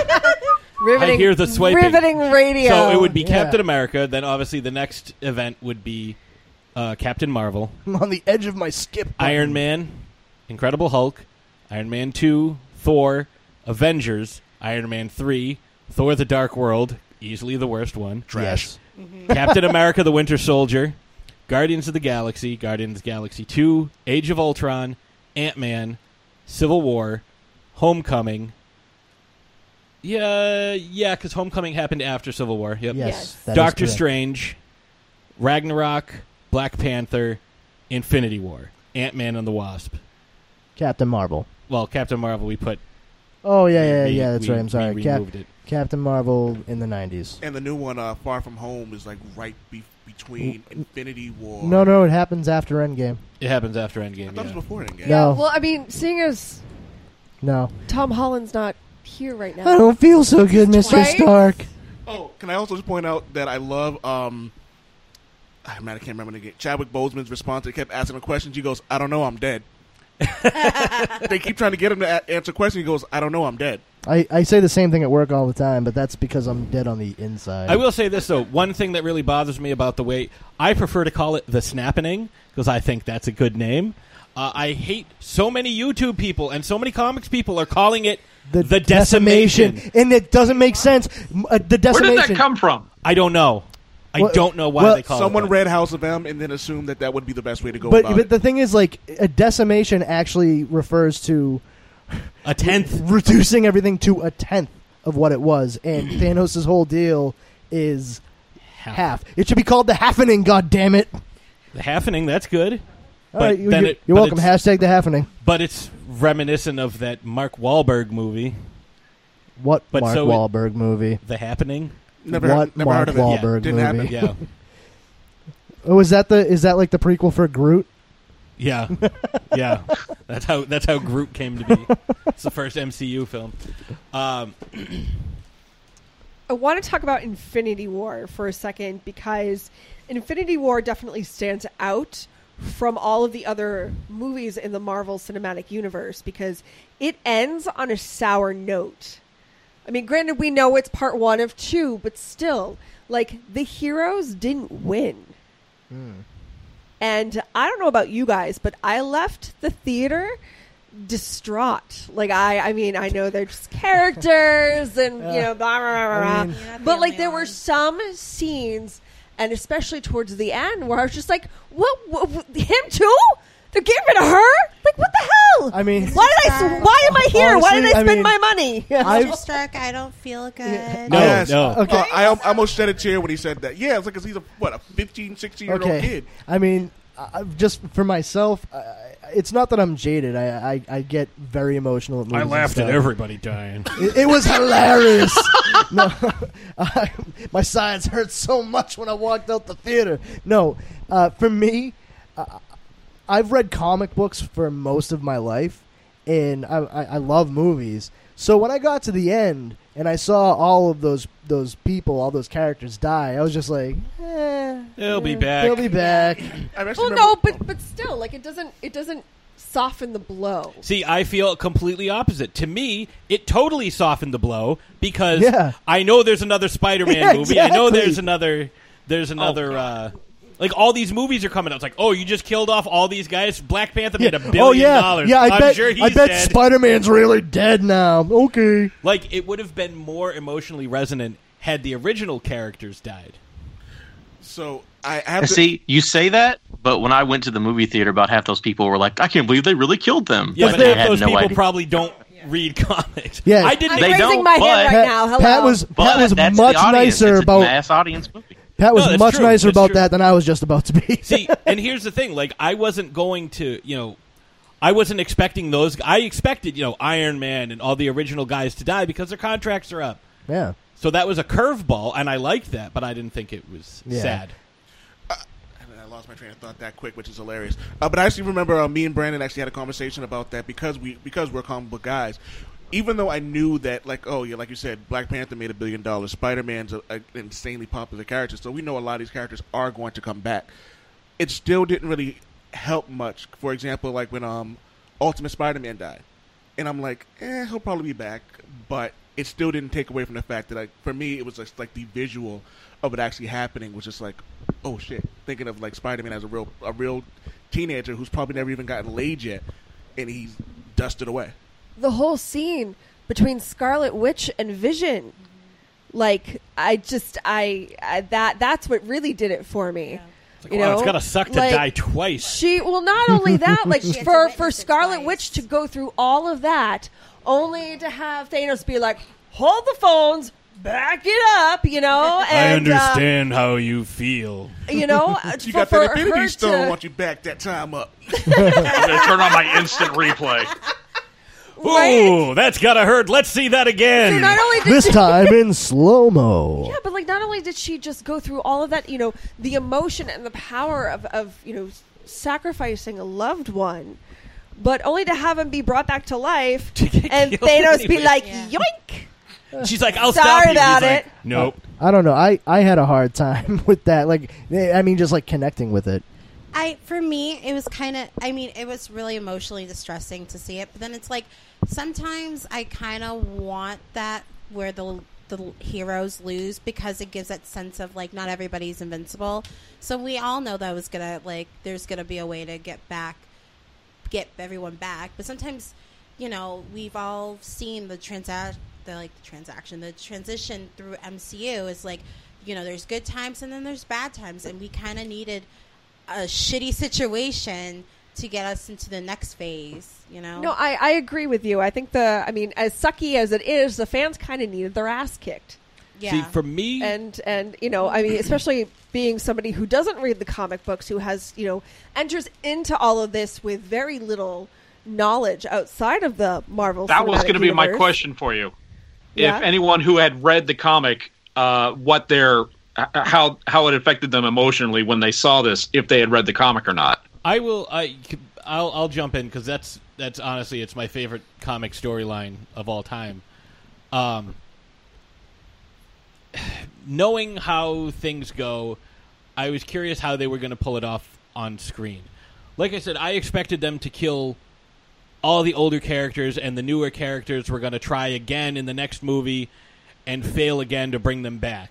B: riveting,
A: I hear the swiping.
B: riveting radio.
A: So it would be
D: Yeah.
A: Captain America. Then obviously the next event would be uh, Captain Marvel,
D: I'm on the edge of my skip. button.
A: Iron Man, Incredible Hulk, Iron Man Two, Thor, Avengers, Iron Man Three, Thor: The Dark World, easily the worst one.
E: Trash.
A: Captain America: The Winter Soldier, Guardians of the Galaxy, Guardians of the Galaxy Two, Age of Ultron, Ant Man, Civil War, Homecoming. Yeah, yeah, because Homecoming happened after Civil War. Yep.
D: Yes, Yes. that is
A: Doctor
D: correct.
A: Strange, Ragnarok, Black Panther, Infinity War, Ant Man and the Wasp.
D: Captain Marvel.
A: Well, Captain Marvel, we put.
D: Oh yeah, yeah,
A: we-
D: yeah. That's
A: we-
D: right. I'm sorry.
A: we
D: Cap-
A: removed it.
D: Captain Marvel in the '90s.
E: And the new one, uh, Far From Home, is like right be- between Infinity War.
D: No, no, it happens after Endgame.
A: It happens after
E: I
A: Endgame.
E: thought it
A: Yeah.
E: was before Endgame.
D: No.
B: Well, I mean, seeing as
D: No,
B: Tom Holland's not here right now,
D: I don't feel so good, Mr.
B: Right?
D: Stark.
E: Oh, can I also just point out that I love um, ah, man, I can't remember the name. Chadwick Boseman's response. They kept asking him questions. He goes, "I don't know, I'm dead." they keep trying to get him to a- answer questions. He goes, "I don't know, I'm dead."
D: I, I say the same thing at work all the time, but that's because I'm dead on the inside.
A: I will say this though. One thing that really bothers me about the way I prefer to call it the snappening because I think that's a good name. Uh, I hate so many YouTube people and so many comics people are calling it the, decimation.
D: and it doesn't make sense. M- uh, the decimation.
A: from? I don't know. I
D: Well-
A: don't know why
D: well-
A: they call it.
E: Someone read House of M and then assumed that that would be the best way to go
D: But
E: about
D: but the thing is, like a decimation actually refers to
A: a tenth,
D: reducing everything to a tenth of what it was, and Thanos' whole deal is half. It should be called the halfening. God damn it!
A: The halfening, that's good.
D: All right, you,
A: then
D: are
A: it- but
D: welcome.
A: it's-
D: Hashtag the halfening.
A: But it's reminiscent of that Mark Wahlberg movie,
D: What
A: But
D: Mark
A: so it-
D: Wahlberg movie?
A: The Happening.
D: Never What heard- never Mark heard of it. Yeah, Wahlberg didn't happen. movie?
A: Yeah.
D: Oh, is that the is that like the prequel for Groot?
A: Yeah, yeah. That's how that's how Groot came to be. It's the first MCU film. Um,
B: I want to talk about Infinity War for a second because Infinity War definitely stands out from all of the other movies in the Marvel Cinematic Universe because it ends on a sour note. I mean, granted, we know it's part one of two, but still, like, the heroes didn't win.
D: Hmm.
B: And I don't know about you guys, but I left the theater distraught. Like I, I mean, I know there's characters and you know, blah blah blah blah.
C: I mean-
B: blah. but like there were some scenes, and especially towards the end, where I was just like, "What? what, what him too? They're getting rid of her? Like what the hell?
D: I mean,
B: why did I? s- Why am I here? why did I
D: Honestly, I
B: spend
D: mean,
B: my money?
D: I've- Mr.
B: Stark, I don't feel good.
E: it.
D: No, no.
E: Okay.
D: Okay.
E: Oh, I al- almost shed a tear when he said that. Yeah, it's like 'cause he's a what a 15, 16 year old kid.
D: I mean, I, I've just for myself, I, I- it's not that I'm jaded. I, I, I get very emotional at movies. and stuff.
A: dying.
D: It, it was hilarious. no, I, my sides hurt so much when I walked out the theater. No, uh, for me, uh, I've read comic books for most of my life, and I, I, I love movies. So when I got to the end and I saw all of those those people, all those characters die, I was just like,
A: They'll be
D: eh,
A: back.
D: They'll be back.
B: Well, no, but but still, like it doesn't it doesn't soften the blow.
A: See, I feel completely opposite. To me, it totally softened the blow because
D: Yeah.
A: I know there's another Spider-Man
D: Yeah,
A: movie. I know
D: exactly.
A: there's another.
D: Oh,
A: There's another. uh, like all these movies are coming out. It's like, oh, you just killed off all these guys. Black Panther made a billion
D: oh yeah,
A: dollars.
D: yeah. I
A: am
D: bet
A: sure he's
D: I bet
A: dead.
D: Spider Man's really dead now. Okay.
A: Like it would have been more emotionally resonant had the original characters died.
E: So I have to
G: See, you say that, but when I went to the movie theater, about half those people were like, "I can't believe they really killed them."
A: Yeah,
G: Like,
A: but
G: they
A: half
G: had
A: those
G: no
A: people
G: idea.
A: probably don't read comics.
D: Yeah,
A: I didn't.
G: I'm They raising don't, my hand but- right now. Hello.
D: Pat was
G: But
D: Pat was
G: that's
D: much
G: the audience.
D: nicer
G: It's a
D: about
G: mass audience movie.
D: Pat was
A: No, that's
D: much
A: true.
D: nicer
A: That's
D: about
A: true.
D: that than I was just about to be.
A: See, and here's the thing: like, I wasn't going to, you know, I wasn't expecting those. I expected, you know, Iron Man and all the original guys to die because their contracts are up.
D: Yeah.
A: So that was a curveball, and I liked that, but I didn't think it was
E: Yeah.
A: sad.
E: And I lost my train of thought that quick, which is hilarious. Uh, but I actually remember uh, me and Brandon actually had a conversation about that because we because we're comic book guys. Even though I knew that, like, oh yeah, like you said, Black Panther made a billion dollars. Spider Man's an insanely popular character, so we know a lot of these characters are going to come back. It still didn't really help much. For example, like when um Ultimate Spider Man died, and I'm like, eh, he'll probably be back, but it still didn't take away from the fact that, like, for me, it was just like the visual of it actually happening was just like, oh shit. Thinking of like Spider Man as a real a real teenager who's probably never even gotten laid yet, and he's dusted away.
B: the whole scene between Scarlet Witch and Vision. Like I just I, I that that's what really did it for me. you
A: wow,
B: know,
A: it's gotta suck to
B: Like,
A: die twice.
B: She well, not only that, like
A: She had
B: for for Scarlet Witch to go through all of that, only to have Thanos be like, "Hold the phones, back it up," you know. And, uh,
A: how you feel.
B: you know, uh,
E: you
B: for-
E: got that
B: for
E: Infinity
B: her
E: Stone.
B: to-
E: Want you back that time up?
F: I'm gonna turn on my instant replay.
A: Ooh, that's gotta hurt. Let's see that again.
B: So not only did
D: this
B: she-
D: time in slow mo.
B: Yeah, but like not only did she just go through all of that, you know, the emotion and the power of, of you know sacrificing a loved one, but only to have him be brought back to life and
A: killed
B: Thanos be
A: anyway.
B: like, yoink.
A: She's like, I'll
B: Sorry
A: stop you. He's
B: about
A: like,
B: it.
A: nope.
D: I, I don't know. I, I had a hard time with that. Like, I mean, just like connecting with it.
C: I for me it was kind of I mean it was really emotionally distressing to see it but then it's like sometimes I kind of want that where the the heroes lose because it gives that sense of like not everybody's invincible so we all know that was gonna like there's gonna be a way to get back get everyone back but sometimes you know we've all seen the transact the like the transaction the transition through MCU is like you know there's good times and then there's bad times and we kind of needed a shitty situation to get us into the next phase, you know?
B: No, I, I agree with you. I think the, I mean, as sucky as it is, the fans kind of needed their ass kicked.
C: Yeah.
A: See, for me,
B: And, and, you know, I
A: E
B: mean, especially being somebody who doesn't read the comic books, who has, you know, enters into all of this with very little knowledge outside of the Marvel
F: That was
B: going to
F: be my question for you.
B: Yeah.
F: If anyone who had read the comic, uh, what their h- how how it affected them emotionally when they saw this, if they had read the comic or not.
A: I will. I will I'll jump in because that's that's honestly it's my favorite comic storyline of all time. Um, knowing how things go, I was curious how they were going to pull it off on screen. Like I said, I expected them to kill all the older characters and the newer characters were going to try again in the next movie and fail again to bring them back.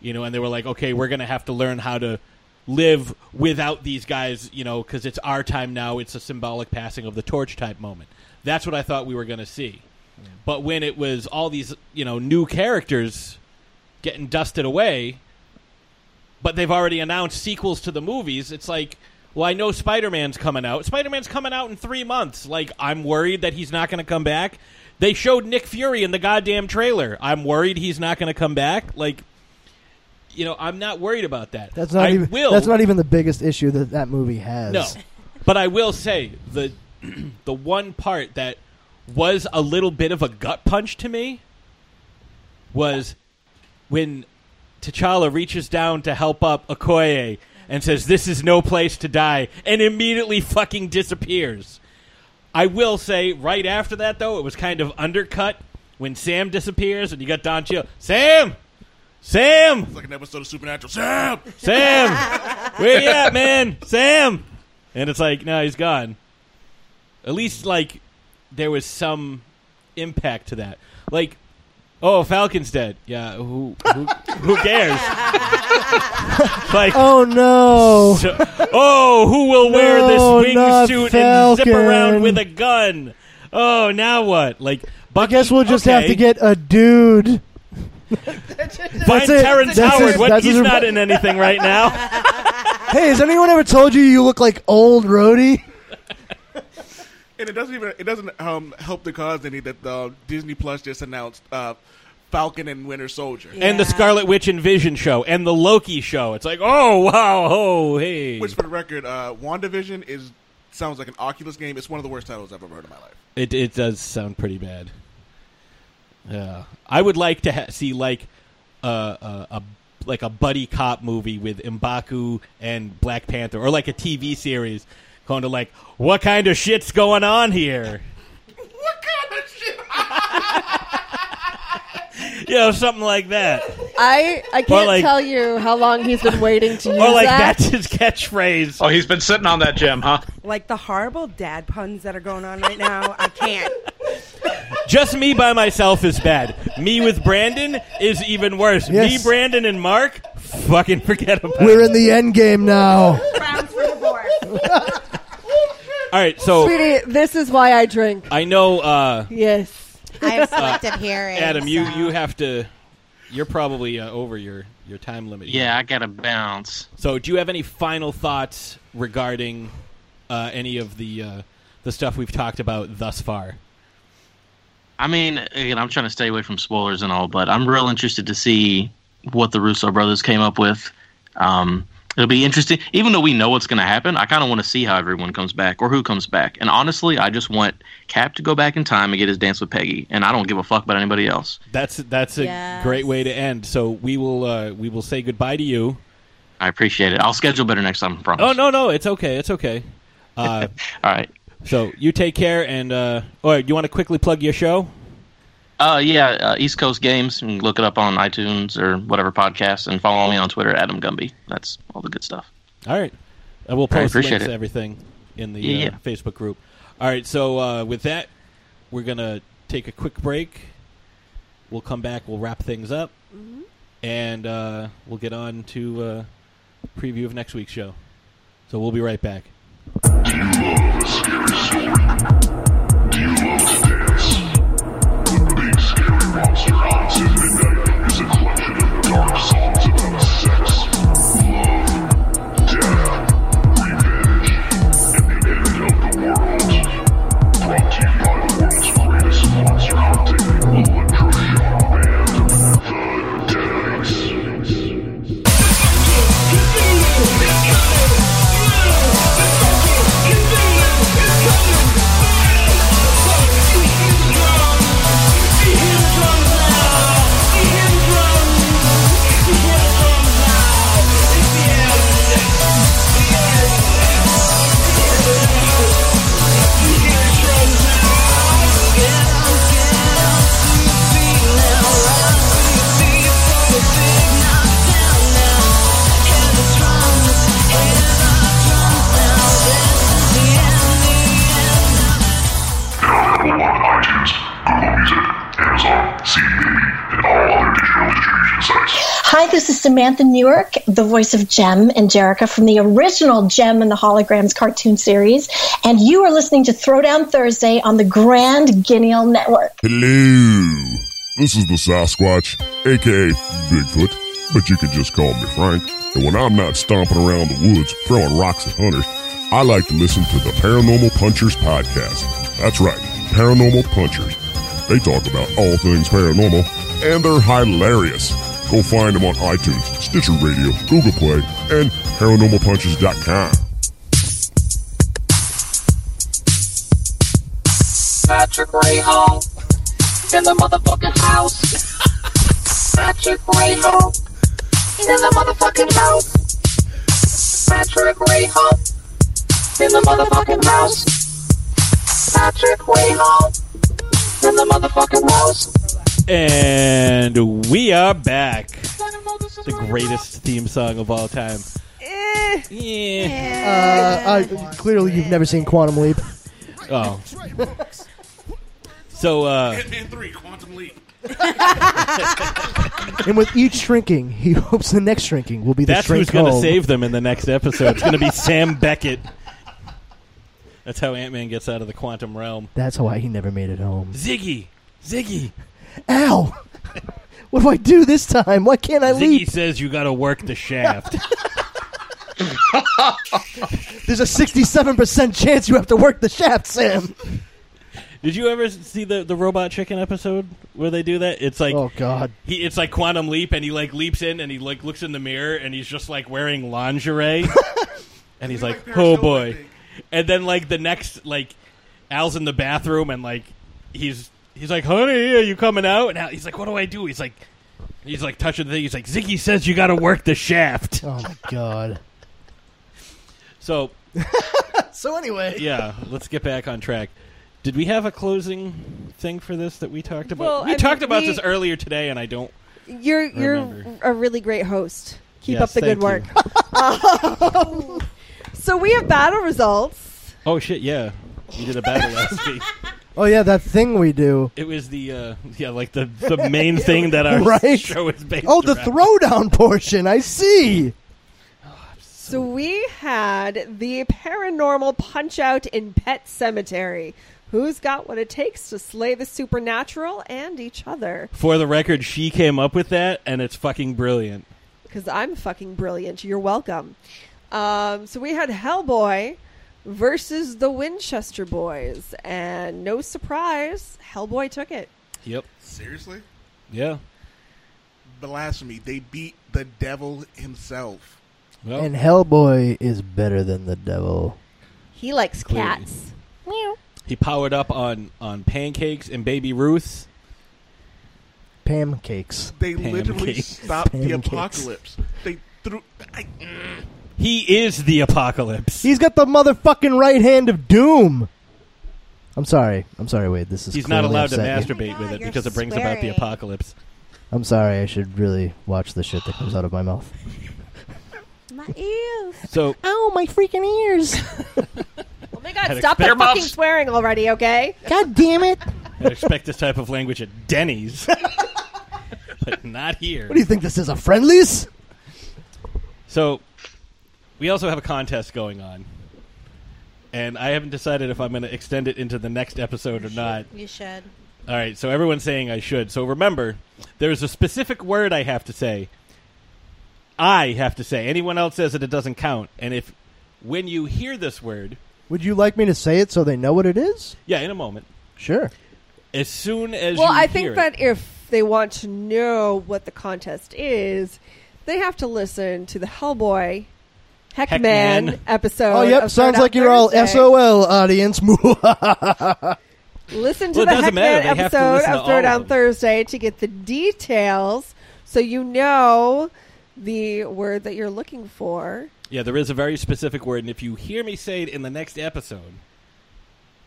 A: You know, and they were like, okay, we're going to have to learn how to live without these guys, you know, because it's our time now. It's a symbolic passing of the torch type moment. That's what I thought we were going to see. But when it was all these, you know, new characters getting dusted away, but they've already announced sequels to the movies. It's like, well, I know Spider Man's coming out. Spider Man's coming out in three months. Like, I'm worried that he's not going to come back. They showed Nick Fury in the goddamn trailer. I'm worried he's not going to come back. Like, you know, I'm not worried about that.
D: That's not
A: I
D: even.
A: will.
D: That's not even the biggest issue that that movie has.
A: No, but I will say the the one part that was a little bit of a gut punch to me was when T'Challa reaches down to help up Okoye and says, "This is no place to die," and immediately fucking disappears. I will say, right after that though, it was kind of undercut when Sam disappears and you got Don Cheadle. Sam, Sam,
E: It's like an episode of Supernatural. Sam,
A: Sam, where you at, man? Sam. And it's like, no, he's gone. At least, like, there was some impact to that. Like, oh, Falcon's dead. Yeah, who who, who cares? like,
D: oh no!
A: oh, who will wear
D: No,
A: this
D: not
A: wingsuit and zip
D: Falcon.
A: around with a gun? Oh, now what? Like, Bucky,
D: I guess we'll just have
A: okay.
D: to get a dude.
A: Find
D: it.
A: Terrence
D: That's
A: Howard.
D: his-
A: What?
D: that's
A: he's
D: his-
A: not in anything right now.
D: Hey, has anyone ever told you you look like old Rhodey?
E: and it doesn't even it doesn't um, help the cause any that uh, Disney Plus just announced uh, Falcon and Winter Soldier.
A: and the Scarlet Witch and Vision show and the Loki show. It's like, oh wow, oh hey,
E: Which, for the record, uh, WandaVision is sounds like an Oculus game. It's one of the worst titles I've ever heard in my life.
A: it it does sound pretty bad. Yeah, I would like to ha- see like uh, uh, a like a buddy cop movie with Mbaku and Black Panther, or like a TV series going to like what kind of shit's going on here.
E: What kind of shit?
A: You know, something like that,
B: I, I can't
A: like-
B: tell you how long he's been waiting to use
A: or like
B: that.
A: that's his catchphrase.
F: Oh, he's been sitting on that gem, huh?
H: Like the horrible dad puns that are going on right now. I can't.
A: Just me by myself is bad. Me with Brandon is even worse.
D: Yes.
A: Me, Brandon, and Mark, fucking forget about
D: We're
A: it.
D: in the end game now.
A: All right, so
B: Sweetie, this is why I drink.
A: I know, uh,
B: Yes.
C: I have selective hearing.
A: Adam, you, you have to. You're probably uh, over your, your time limit. here.
G: Yeah, I gotta bounce.
A: So, do you have any final thoughts regarding uh, any of the uh, the stuff we've talked about thus far?
G: I mean, again, I'm trying to stay away from spoilers and all, but I'm real interested to see what the Russo brothers came up with. Um, it'll be interesting, even though we know what's going to happen. I kind of want to see how everyone comes back or who comes back. And honestly, I just want Cap to go back in time and get his dance with Peggy, and I don't give a fuck about anybody else.
A: That's that's a
G: Yes.
A: great way to end. So we will uh, we will say goodbye to you.
G: I appreciate it. I'll schedule better next time. I promise.
A: Oh no no, it's okay, it's okay. Uh,
G: All right.
A: oh, So you take care, and uh, all right, you want to quickly plug your show?
G: Uh, yeah, uh, East Coast Games. You can look it up on iTunes or whatever podcast, and follow me on Twitter, Adam Gumby. That's all the good stuff.
A: All right. I will
G: I
A: post
G: appreciate
A: links
G: it.
A: to everything in the
G: Yeah,
A: uh, Facebook group. All right, so uh, with that, we're going to take a quick break. We'll come back, we'll wrap things up, and uh, we'll get on to uh, preview of next week's show. So we'll be right back.
M: Available on iTunes, Google Music, Amazon, CD Baby, and all other digital distribution sites.
N: Hi, this is Samantha Newark, the voice of Jem and Jerica from the original Jem and the Holograms cartoon series, and you are listening to Throwdown Thursday on the Grand Guignol Network.
O: Hello. This is the Sasquatch, aka Bigfoot, but you can just call me Frank. And when I'm not stomping around the woods throwing rocks at hunters, I like to listen to the Paranormal Punchers podcast. That's right, Paranormal Punchers. They talk about all things paranormal, and they're hilarious. Go find them on iTunes, Stitcher Radio, Google Play, and ParanormalPunchers.com.
P: Patrick Rayhall in the motherfucking house. Patrick Rayhall in the motherfucking house. Patrick Rayhall in the motherfucking house. Patrick Rayhall in the motherfucking house.
A: And we are back. The greatest theme song of all time.
D: Uh, I, clearly, you've never seen Quantum Leap.
A: Oh. So, uh,
E: Hitman 3, Quantum Leap.
D: And with each shrinking, he hopes the next shrinking will be the
A: That's
D: shrink
A: who's going to
D: home.
A: save them in the next episode. It's going to be Sam Beckett. That's how Ant Man gets out of the quantum realm.
D: That's why he never made it home.
A: Ziggy, Ziggy,
D: Ow! what do I do this time? Why can't I leap?
A: Ziggy says you got to work the shaft.
D: There's a 67% chance you have to work the shaft, Sam.
A: Did you ever see the the Robot Chicken episode where they do that? It's like
D: oh god,
A: he it's like quantum leap, and he like leaps in, and he like looks in the mirror, and he's just like wearing lingerie, and he's like, oh boy, and then like the next like Al's in the bathroom, and like he's he's like, honey, are you coming out? And Al, he's like, what do I do? He's like. He's like touching the thing. He's like, Ziggy says you got to work the shaft.
D: Oh my god.
A: So
D: So anyway,
A: yeah, let's get back on track. Did we have a closing thing for this that we talked about?
B: Well,
A: we
B: I
A: talked
B: mean,
A: about
B: we-
A: this earlier today, and I don't.
B: You're you're
A: Remember.
B: a really great host. Keep
A: Yes,
B: up the good work.
A: thank
B: Um, so we have battle results.
A: Oh shit! Yeah, we did a battle last week.
D: Oh yeah, that thing we do.
A: It was the uh, yeah, like the the main thing that our
D: Right?
A: show is based.
D: Oh, the
A: around.
D: throwdown portion. I see.
B: So we had the paranormal punch out in Pet Cemetery. Who's got what it takes to slay the supernatural and each other?
A: For the record, she came up with that, and it's fucking brilliant.
B: Because I'm fucking brilliant. You're welcome. Um, so we had Hellboy versus the Winchester Boys, and no surprise, Hellboy took it.
A: Yep.
E: Seriously?
A: Yeah.
E: Blasphemy. They beat the devil himself.
D: And Hellboy is better than the devil.
B: He likes
A: Clearly.
B: cats. Meow.
A: He powered up on on pancakes and baby Ruth's.
D: Pancakes.
E: They literally
A: Pancakes.
E: stopped the
D: Pancakes.
E: apocalypse. They threw. I, mm.
A: He is the apocalypse.
D: He's got the motherfucking right hand of doom. I'm sorry. I'm sorry, Wade. This is
A: He's not
D: clearly
A: allowed to
D: upset you.
A: masturbate with it because it brings about the
H: swearing.
A: apocalypse.
D: I'm sorry. I should really watch the shit that comes out of my mouth.
C: My ears.
A: So
D: Oh, my freaking ears.
B: Oh my god,
A: Had
B: stop that
A: experiments.
B: fucking swearing already, okay?
D: God damn it.
A: I expect this type of language at Denny's, but not here.
D: What do you think this is a friendlies?
A: So, we also have a contest going on, and I haven't decided if I'm going to extend it into the next episode or not.
C: You should.
A: All right, so everyone's saying I should. So remember, there's a specific word I have to say. I have to say. Anyone else says it, it doesn't count. And if when you hear this word,
D: Would you like me to say it so they know what it is?
A: yeah, in a moment,
D: Sure.
A: as soon as
B: well,
A: you
B: I
A: hear
B: think
A: it-
B: that if they want to know what the contest is, they have to listen to the Hellboy Heckman
D: Heckman.
B: episode.
D: oh, yep.
B: of
D: Sounds
B: Throwdown
D: like you're all
B: Thursday.
D: SOL audience.
B: Listen to
D: Well, it
B: the
D: doesn't matter.
B: Heckman
D: They have to
B: episode
D: listen to
B: of
D: all of
B: Throwdown
D: them.
B: Thursday to get the details, so you know the word that you're looking for.
A: yeah, there is a very specific word, and if you hear me say it in the next episode,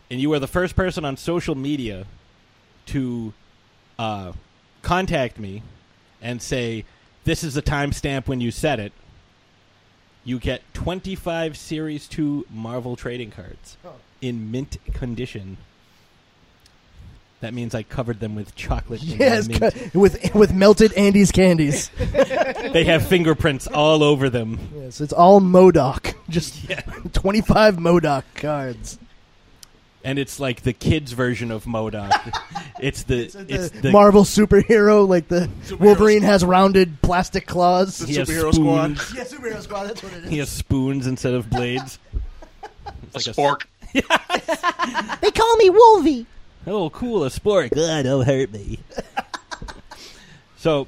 A: and you are the first person on social media to uh, contact me and say this is the timestamp when you said it, you get 25 Series 2 Marvel trading cards in mint condition. That means I covered them with chocolate. and
D: yes,
A: mint.
D: cu- with with melted Andy's candies.
A: they have fingerprints all over them.
D: yes, it's all Modoc. Just 25 Modoc cards.
A: and it's like the kids version of Modoc. it's the it's,
D: The
A: the
D: Marvel superhero, like the Wolverine has rounded plastic claws.
A: The He has superhero spoons. squad.
D: Yeah, superhero squad. That's what it is.
A: He has spoons instead of blades. It's like a spork.
D: They call me Wolvie.
A: Oh, cool, a spork. God, don't hurt me. so,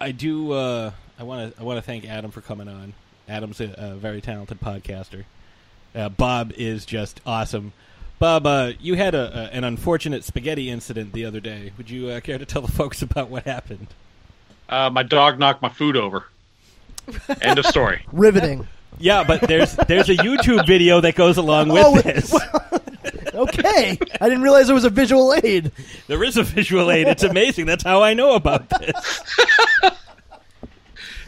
A: I do. Uh, I want to. I want to thank Adam for coming on. Adam's a, a very talented podcaster. Uh, Bob is just awesome. Bob, uh, you had a, a, an unfortunate spaghetti incident the other day. Would you uh, care to tell the folks about what happened?
F: Uh, my dog knocked my food over. End of story.
D: Riveting.
A: Yeah, but there's there's a YouTube video that goes along with
D: Oh,
A: this.
D: okay. I didn't realize there was a visual aid.
A: There is a visual aid. It's amazing. That's how I know about this.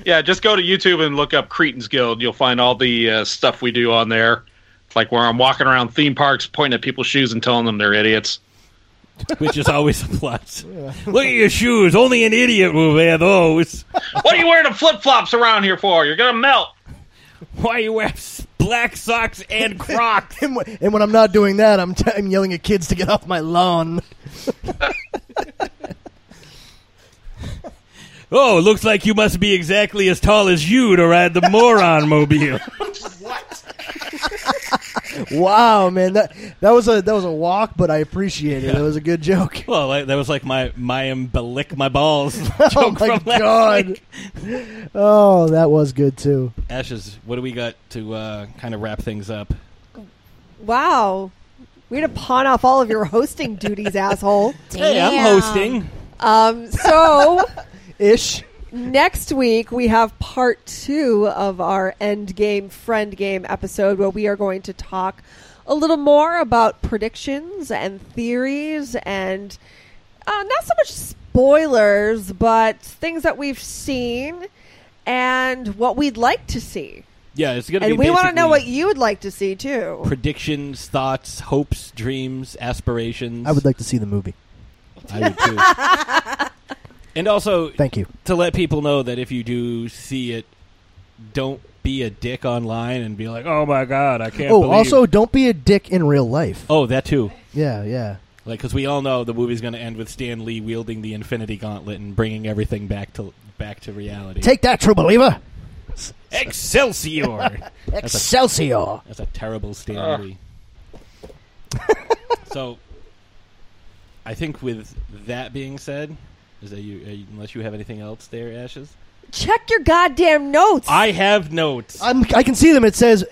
F: Yeah, just go to YouTube and look up Cretans Guild. You'll find all the uh, stuff we do on there, like where I'm walking around theme parks, pointing at people's shoes and telling them they're idiots.
A: Which is always a plus. Look at your shoes. Only an idiot will wear those.
F: What are you wearing flip flops around here for? You're gonna melt.
A: Why you wear black socks and Crocs?
D: and, when, and when I'm not doing that, I'm, t- I'm yelling at kids to get off my lawn.
A: Oh, looks like you must be exactly as tall as you to ride the moron mobile.
D: wow, man that that was a that was a walk, but I appreciate it. That was a good joke.
A: Well, I, that was like my my umbilic my balls joke
D: oh my
A: from last
D: god!
A: week.
D: Oh, that was good too.
A: Ashes, what do we got to uh, kind of wrap things up?
B: Wow. Way to pawn off all of your hosting duties, asshole.
A: Hey, I'm hosting.
B: Um, so,
D: ish.
B: Next week we have part two of our end game friend game episode, where we are going to talk a little more about predictions and theories, and uh, not so much spoilers, but things that we've seen and what we'd like to see.
A: Yeah, it's gonna
B: And
A: be.
B: we want to know
A: basically-
B: what you would like to see too.
A: predictions, thoughts, hopes, dreams, aspirations.
D: I would like to see the movie.
A: I would too. and also,
D: Thank you.
A: to let people know that if you do see it, don't be a dick online and be like, "Oh my god, I can't."
D: oh,
A: believe-"
D: also, don't be a dick in real life.
A: oh, that too.
D: Yeah, yeah.
A: Like, because we all know the movie's going to end with Stan Lee wielding the Infinity Gauntlet and bringing everything back to back to reality.
D: Take that, true believer.
A: Excelsior! That's a-
D: Excelsior.
A: That's a terrible Stan
D: Ugh.
A: Lee. so, I think with that being said, is that you, uh, you- unless you have anything else there, Ashes?
B: Check your goddamn notes.
A: I have notes.
D: I'm, I can see them. It says,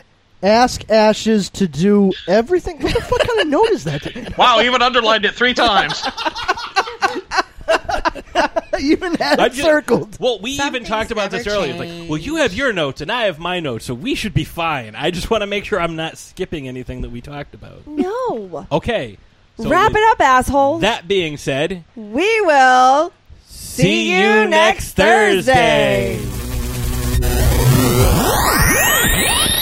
D: "Ask Ashes to do everything." What the fuck kind of note is that?
F: Wow, even underlined it three times.
D: I even had
A: I
D: it
A: ju-
D: circled.
A: Well, we even talked about this earlier. It's like, well, you have your notes and I have my notes, so we should be fine. I just want to make sure I'm not skipping anything that we talked about.
B: No.
A: Okay. so
B: Wrap
A: with
B: it up, asshole.
A: That being said,
B: we will see,
A: you next Thursday.
B: Thursday.